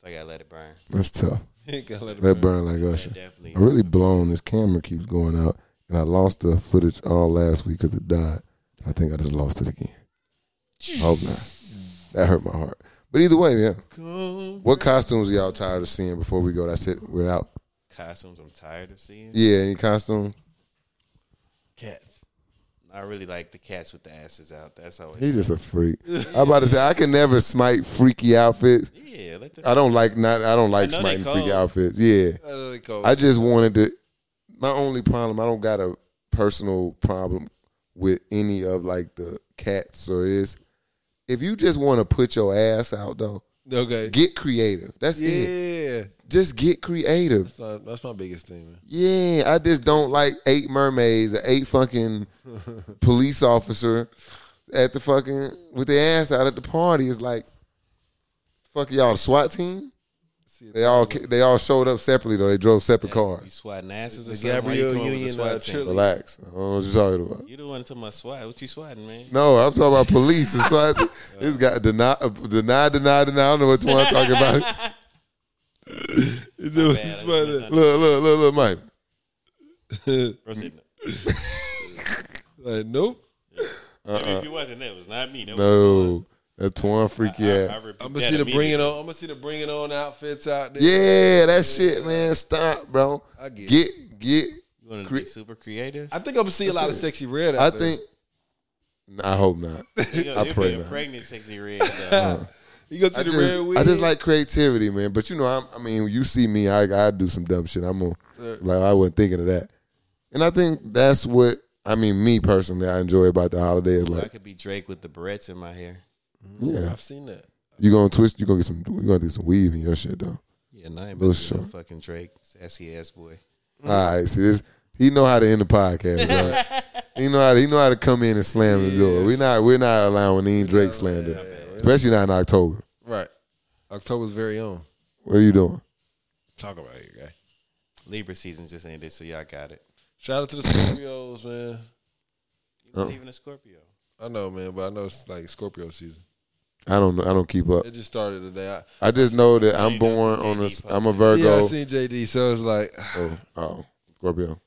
Speaker 3: So I gotta let it burn.
Speaker 1: That's tough.
Speaker 2: Gotta let it
Speaker 1: That burn
Speaker 2: burn.
Speaker 1: like Usher.
Speaker 3: Definitely.
Speaker 1: I'm really blown. This camera keeps going out. and I lost the footage all last week because it died. I think I just lost it again. I hope not. That hurt my heart. But either way, yeah. What costumes y'all tired of seeing before we go? That's it. We're out.
Speaker 3: Costumes I'm tired of seeing.
Speaker 1: Yeah, any costume?
Speaker 3: Cats. I really like the cats with the asses out. That's always.
Speaker 1: He just a freak. I'm about to say I can never smite freaky outfits.
Speaker 3: yeah, like
Speaker 2: Uh,
Speaker 3: the,
Speaker 1: I don't like not. I don't like
Speaker 3: I know
Speaker 1: smiting
Speaker 3: they
Speaker 1: freaky
Speaker 3: cold.
Speaker 1: outfits. Yeah.
Speaker 2: I know they call
Speaker 1: I just wanted to. My only problem, I don't got a personal problem with any of like the cats or is. If you just want to put your ass out though,
Speaker 2: okay.
Speaker 1: get creative. That's it.
Speaker 2: Yeah,
Speaker 1: Just get creative.
Speaker 2: that's my, that's my biggest thing, man.
Speaker 1: Yeah, I just don't like eight mermaids, or eight fucking police officer at the fucking with their ass out at the party. It's like, fuck y'all, the SWAT team.
Speaker 2: See,
Speaker 1: They all ca- they all showed up separately though. They drove separate
Speaker 3: you
Speaker 1: cars.
Speaker 3: swatting asses
Speaker 2: uh, The
Speaker 3: or something. Why you
Speaker 2: Gabrielle
Speaker 3: coming with the
Speaker 2: Union,
Speaker 3: SWAT
Speaker 2: uh,
Speaker 3: team?
Speaker 2: trilogy.
Speaker 1: Relax. I don't know what you're talking about.
Speaker 3: You the one talking about SWAT. What you swatting, man?
Speaker 1: No, I'm talking about police. And so I, this guy deny, uh, deny, deny, deny. I don't know what I'm talking about.
Speaker 2: It's always
Speaker 3: Bad, it's
Speaker 2: funny.
Speaker 3: not-
Speaker 1: Look, look, look, look, Mike.
Speaker 3: Proceed.
Speaker 2: like, nope. Uh,
Speaker 3: I mean, if you wasn't, that was not me. That was
Speaker 1: No, that Twan
Speaker 3: Twan.
Speaker 1: freaky
Speaker 3: I-
Speaker 1: ass.
Speaker 3: I, repeat
Speaker 2: I'm gonna
Speaker 3: that
Speaker 2: see the bringing
Speaker 3: immediately.
Speaker 2: on. I'm gonna see the bringing on outfits out there.
Speaker 1: Yeah, that shit, man. Stop, bro.
Speaker 2: I get
Speaker 1: Get, get.
Speaker 3: You want to
Speaker 1: Cre-
Speaker 3: be super creative?
Speaker 2: I think I'm gonna see a lot of sexy red.
Speaker 1: I
Speaker 2: Out there.
Speaker 1: think. Nah, I hope not.
Speaker 3: You know,
Speaker 1: I
Speaker 3: you're
Speaker 1: pray
Speaker 3: being
Speaker 1: not.
Speaker 3: pregnant, sexy red.
Speaker 2: Uh.
Speaker 3: though.
Speaker 2: you gonna see
Speaker 1: I
Speaker 2: the
Speaker 1: just,
Speaker 2: red wig.
Speaker 1: I just like creativity, man. But you know, I'm, I mean, you see me, I, I do some dumb shit. I'm on, like, I wasn't thinking of that. And I think that's what I mean. Me personally, I enjoy about the holiday is
Speaker 3: I
Speaker 1: like,
Speaker 3: could be Drake with the barrettes in my hair.
Speaker 1: yeah,
Speaker 2: I've seen that.
Speaker 1: you gonna twist, you gonna get some, you gonna get some weave in your shit though.
Speaker 3: Yeah, no, I ain't
Speaker 1: Little
Speaker 3: about to be no
Speaker 1: short.
Speaker 3: fucking Drake, sassy ass boy.
Speaker 1: All right, see this. He know how to end the podcast. Right? he know how to, he know how to come in and slam the door. We not we're not allowing any Drake slander, especially not in October.
Speaker 2: Right. October's very own.
Speaker 1: What are you doing?
Speaker 2: Talk about it, guy.
Speaker 3: Libra season just ended, so y'all got it.
Speaker 2: Shout out to the Scorpios, man.
Speaker 3: You
Speaker 2: Oh.
Speaker 3: not even a Scorpio.
Speaker 2: I know, man, but I know it's like Scorpio season.
Speaker 1: I don't know. I don't keep up.
Speaker 2: It just started today. I,
Speaker 1: I just know that I'm born on a I'm a
Speaker 2: yeah, I
Speaker 1: Virgo.
Speaker 2: seen JD, so it's like
Speaker 1: Oh, oh, Scorpio.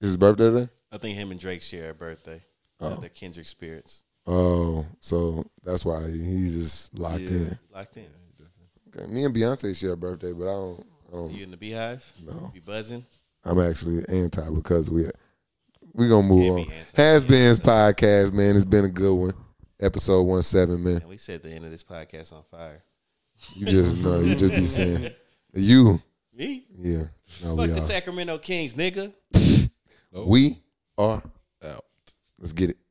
Speaker 1: Is his birthday today?
Speaker 3: I think him and Drake share a birthday. Uh, they're kindred spirits.
Speaker 1: Oh, so that's why he's just locked in.
Speaker 3: Locked in.
Speaker 1: Okay, me and Beyonce share a birthday, but I don't. I don't
Speaker 3: You in the beehive? No. You buzzing?
Speaker 1: I'm actually anti because we we gonna move
Speaker 3: Can't
Speaker 1: on.
Speaker 3: be anti.
Speaker 1: Has been's podcast, man. It's been a good one. Episode one seven, man.
Speaker 3: And we set the end of this podcast on fire.
Speaker 1: You just know, you just be saying you.
Speaker 3: Me?
Speaker 1: Yeah, no, we
Speaker 3: Fuck the
Speaker 1: are.
Speaker 3: Sacramento Kings, nigga.
Speaker 1: We are.
Speaker 2: out.
Speaker 1: Let's get it.